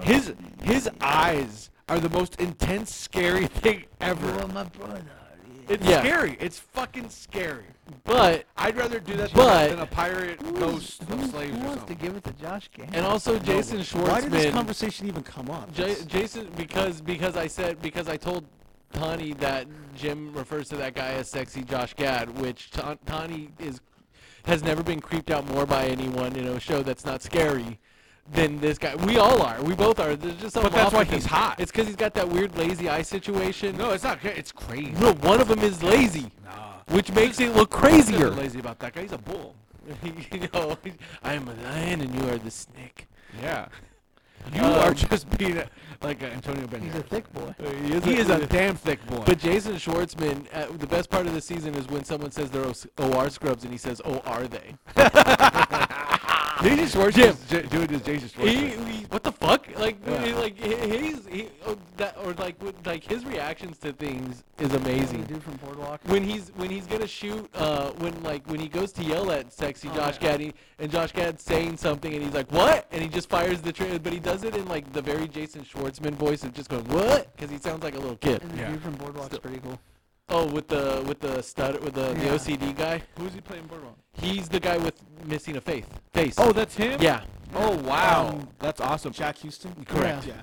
G: His his eyes are the most intense, scary thing ever.
H: Well, my brother.
G: It's
E: Yeah.
G: scary. It's fucking scary.
E: But
G: I'd rather do that
E: But-
G: than a pirate ghost of
H: Who's-
G: slaves
H: who
G: or
H: wants to
G: something.
H: give it to Josh Gad?
E: And also Jason
L: Why did this
E: Schwartzman.
L: conversation even come up?
E: J- Jason, because because I said because I told Tawny that Jim refers to that guy as sexy Josh Gad, which Ta- Tawny is has never been creeped out more by anyone in a show that's not scary than this guy. We all are. We both are. There's just something
G: But that's
E: off
G: why
E: with him.
G: he's hot.
E: It's because he's got that weird lazy eye situation.
G: No, it's not. ca- It's crazy.
E: No, one of them is lazy,
G: Nah.
E: which makes it look
G: He's nothing
E: crazier.
G: lazy about that guy. He's a bull.
E: you know, I am a lion and you are the snake.
G: Yeah. You
E: Um,
G: are just being a, like a Antonio Banderas. Uh,
H: He's a thick boy.
E: He is
G: He is a damn thick boy.
E: But Jason Schwartzman, uh, the best part of the season is when someone says they're OS OR scrubs and he says, "Oh, are they?"
G: Jason Schwartz
E: Jim.
G: is J- doing his Jason Schwartz.
E: He,
G: thing.
E: he- what the fuck? Like,
G: Yeah.
E: he- like he- he's he, oh, that, or like what- like his reactions to things is amazing.
H: dude from Boardwalk.
E: When he's when he's gonna shoot, uh, when like when he goes to yell at sexy
H: Oh,
E: Josh Gad, he- and Josh Gad's saying something, and he's like, "What?" and he just fires the trigger, but he does it in like the very Jason Schwartzman voice of just going, "What?" because he sounds like a little kid.
H: And the dude from Boardwalk's pretty cool.
E: Oh, with the with the stud with the, the
H: Yeah.
E: OCD guy.
G: Who's he playing Boardwalk?
E: He's the guy with missing a faith face.
G: Oh, that's him.
E: yeah,
G: Oh wow,
D: Um,
G: that's awesome.
D: Jack Houston.
E: Correct.
D: Yeah.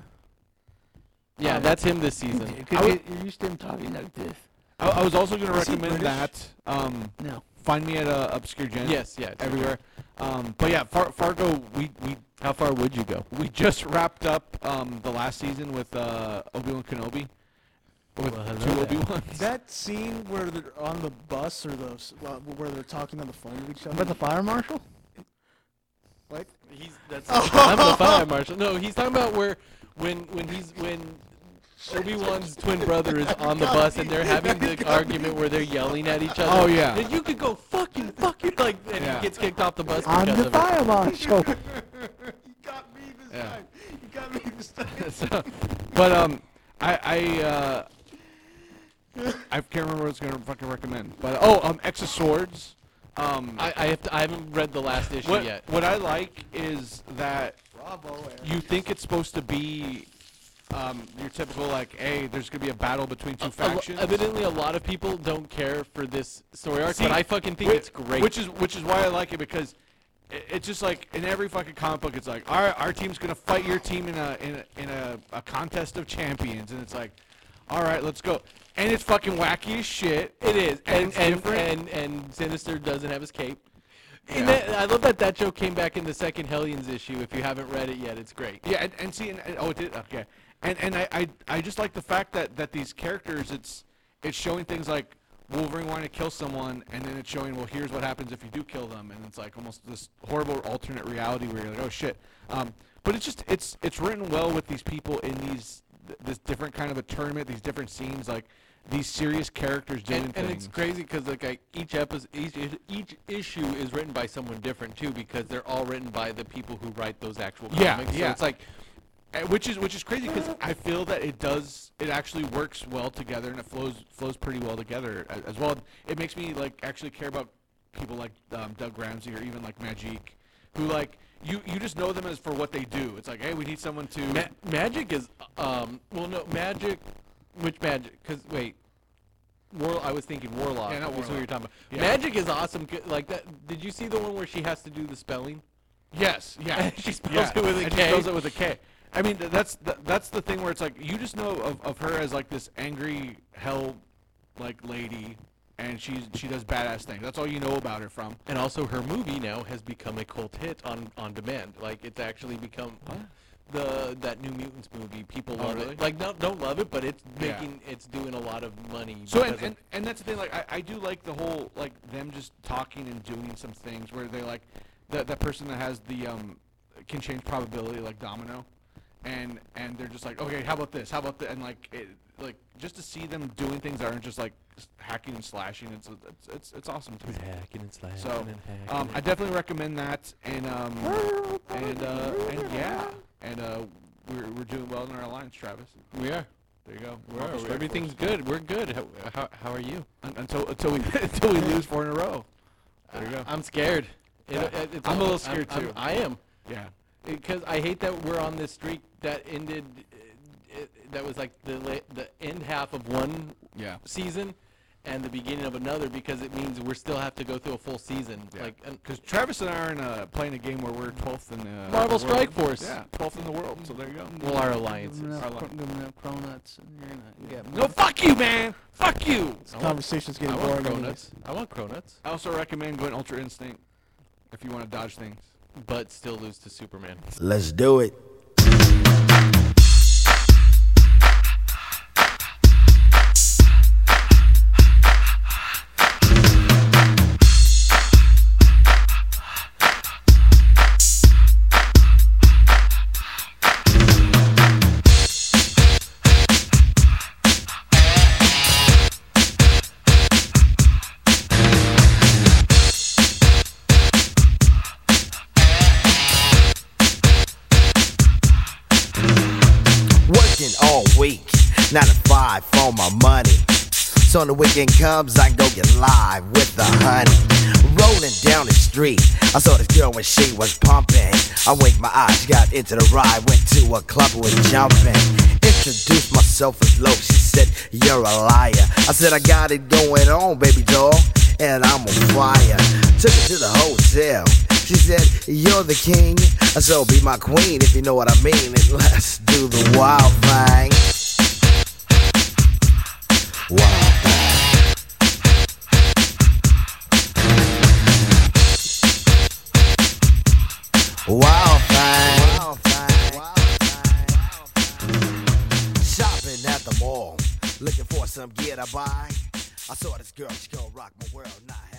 E: yeah, that's him this season.
H: Dude,
E: I
H: uh, could
E: would-
H: you- you used to him talking like this.
G: I, I was also gonna
D: Is he
G: recommend
D: British?
G: that. Um,
H: No.
G: find me at uh, obscure gen.
E: Yes, yeah. it's-
G: everywhere. Um, but yeah, Far- Fargo. We we
E: How far would you go?
G: we just wrapped up um the last season with uh Obi Wan Kenobi. With
E: Well,
G: two
E: hello
G: Obi
E: there.
G: Wans.
D: That scene where they're on the bus or the s- uh, where they're talking on the phone with each other.
H: But the fire marshal?
D: What?
E: He's that's
F: Oh.
E: I'm the fire marshal. No, he's talking about where when when he's when Obi Wan's twin brother is on the bus and they're having the argument where they're yelling at each other.
G: Oh, yeah.
E: and you could go fucking fuck you like and
G: Yeah.
E: he gets kicked off the bus
F: I'm
E: because
F: the
E: of it.
F: fire marshal.
D: You got me this
G: Yeah.
D: time. You got me this time.
G: So- but um, I I uh, I can't remember what I was gonna fucking recommend. But oh, um, X of Swords. Um,
E: I, I have to, I haven't read the last issue
G: what
E: yet.
G: what I like is that
D: Bravo, Eric.
G: you think it's supposed to be um your typical like, hey, there's gonna be a battle between
E: A
G: two
E: lo-
G: factions.
E: evidently, a lot of people don't care for this story arc,
G: See,
E: but I fucking think
G: Whi-
E: it's great.
G: Which is which is why I like it because i- it's just like in every fucking comic book, it's like our our team's gonna fight your team in a in a, in a, a contest of champions, and it's like, all right, let's go. And it's fucking wacky as shit.
E: It is, and
G: And it's
E: and,
G: different.
E: and and Sinister doesn't have his cape. And
G: Yeah.
E: that, I love that that joke came back in the second Hellions issue. If you haven't read it yet, it's great.
G: Yeah, and, and see, and, and- oh, it did. Okay, and and I, I I just like the fact that that these characters, it's it's showing things like Wolverine wanting to kill someone, and then it's showing, well, here's what happens if you do kill them, and it's like almost this horrible alternate reality where you're like, oh shit. Um, but it's just it's it's written well with these people in these th- this different kind of a tournament, these different scenes, like these serious characters doing
E: And, and
G: things.
E: it's crazy because like I, each episode, each is- each issue is written by someone different too, because they're all written by the people who write those actual
G: Yeah,
E: comics.
G: yeah.
E: So it's like
G: Uh, which is which is crazy because I feel that it does it actually works well together and it flows flows pretty well together as, as well. It makes me like actually care about people like um, Doug Ramsey or even like Magic, who like you you just know them as for what they do. It's like hey, we need someone to
E: ma- magic is um well no magic, which magic? Because wait. War, I was thinking Warlock.
G: Yeah, not
E: is who
G: Warlock.
E: you're talking about.
G: Yeah.
E: Magic is awesome. c- Like that. Did you see the one where she has to do the spelling?
G: yes yeah
E: She spells
G: yeah.
E: it with a
G: and
E: K.
G: She spells it with a K. I mean th- that's th- that's the thing where it's like you just know of, of her as like this angry hell like lady. And she's she does badass things. That's all you know about her from.
E: And also, her movie now has become a cult hit on on demand. Like it's actually become the that New Mutants movie. People love
G: really?
E: it. Like don't don't love it, but it's
G: Yeah.
E: making it's doing a lot of money.
G: So and,
E: because of-
G: and, and that's the thing. Like I, I do like the whole like them just talking and doing some things where they like that that person that has the um can change probability like domino, and and they're just like okay how about this how about that and like it, like just to see them doing things that aren't just like s- hacking and slashing it's it's it's, it's awesome to me.
E: hacking and slashing
G: So
E: and hacking.
G: um, I definitely recommend that and um and uh and yeah and uh we're we're doing well in our alliance Travis
E: we are.
G: there you go
E: We
G: Off the
E: are.
G: strike
E: Everything's
G: force.
E: good. We're good. How, how, how are you?
G: Un- until until we until we lose four in a row. There you go.
E: I'm scared. It-
G: Yeah.
E: it- it's
G: I'm a little
E: almost-
G: scared,
E: I'm-
G: too.
E: I'm- I am.
G: yeah.
E: because I hate that we're on this streak that ended. uh, it- That was like the la- the end half of one
G: Yeah.
E: season, and the beginning of another because it means we still have to go through a full season. Like and
G: because Travis and I are in uh, playing a game where we're 12th in the
E: Marvel
G: world.
E: Strike Force.
G: Yeah, 12th in the world. So there you go.
E: well, our alliances.
H: Give 'em enough
G: Our
H: cro-
G: line.
H: give 'em enough cronuts and you're gonna get
G: No, fuck you, man. Fuck you.
D: This conversation's
E: I
D: getting
E: want
D: boring.
E: cronuts. I want cronuts,
G: I also recommend going Ultra Instinct if you want to dodge things.
E: but still lose to Superman.
N: Let's do it.
F: Weeks on the weekend comes, I go get live with the honey. Rolling down the street, I saw this girl when she was pumping. I winked my eyes, got into the ride, went to a club, was jumping. Introduced myself as low, she said, You're a liar. I said, I got it going on, baby doll, and I'm on fire. Took her to the hotel. She said, You're the king, so be my queen if you know what I mean, and let's do the wild thing. Wild thing. Wild thing. Wild thing. Shopping at the mall, looking for some gear to buy. I saw this girl, she gonna rock my world, not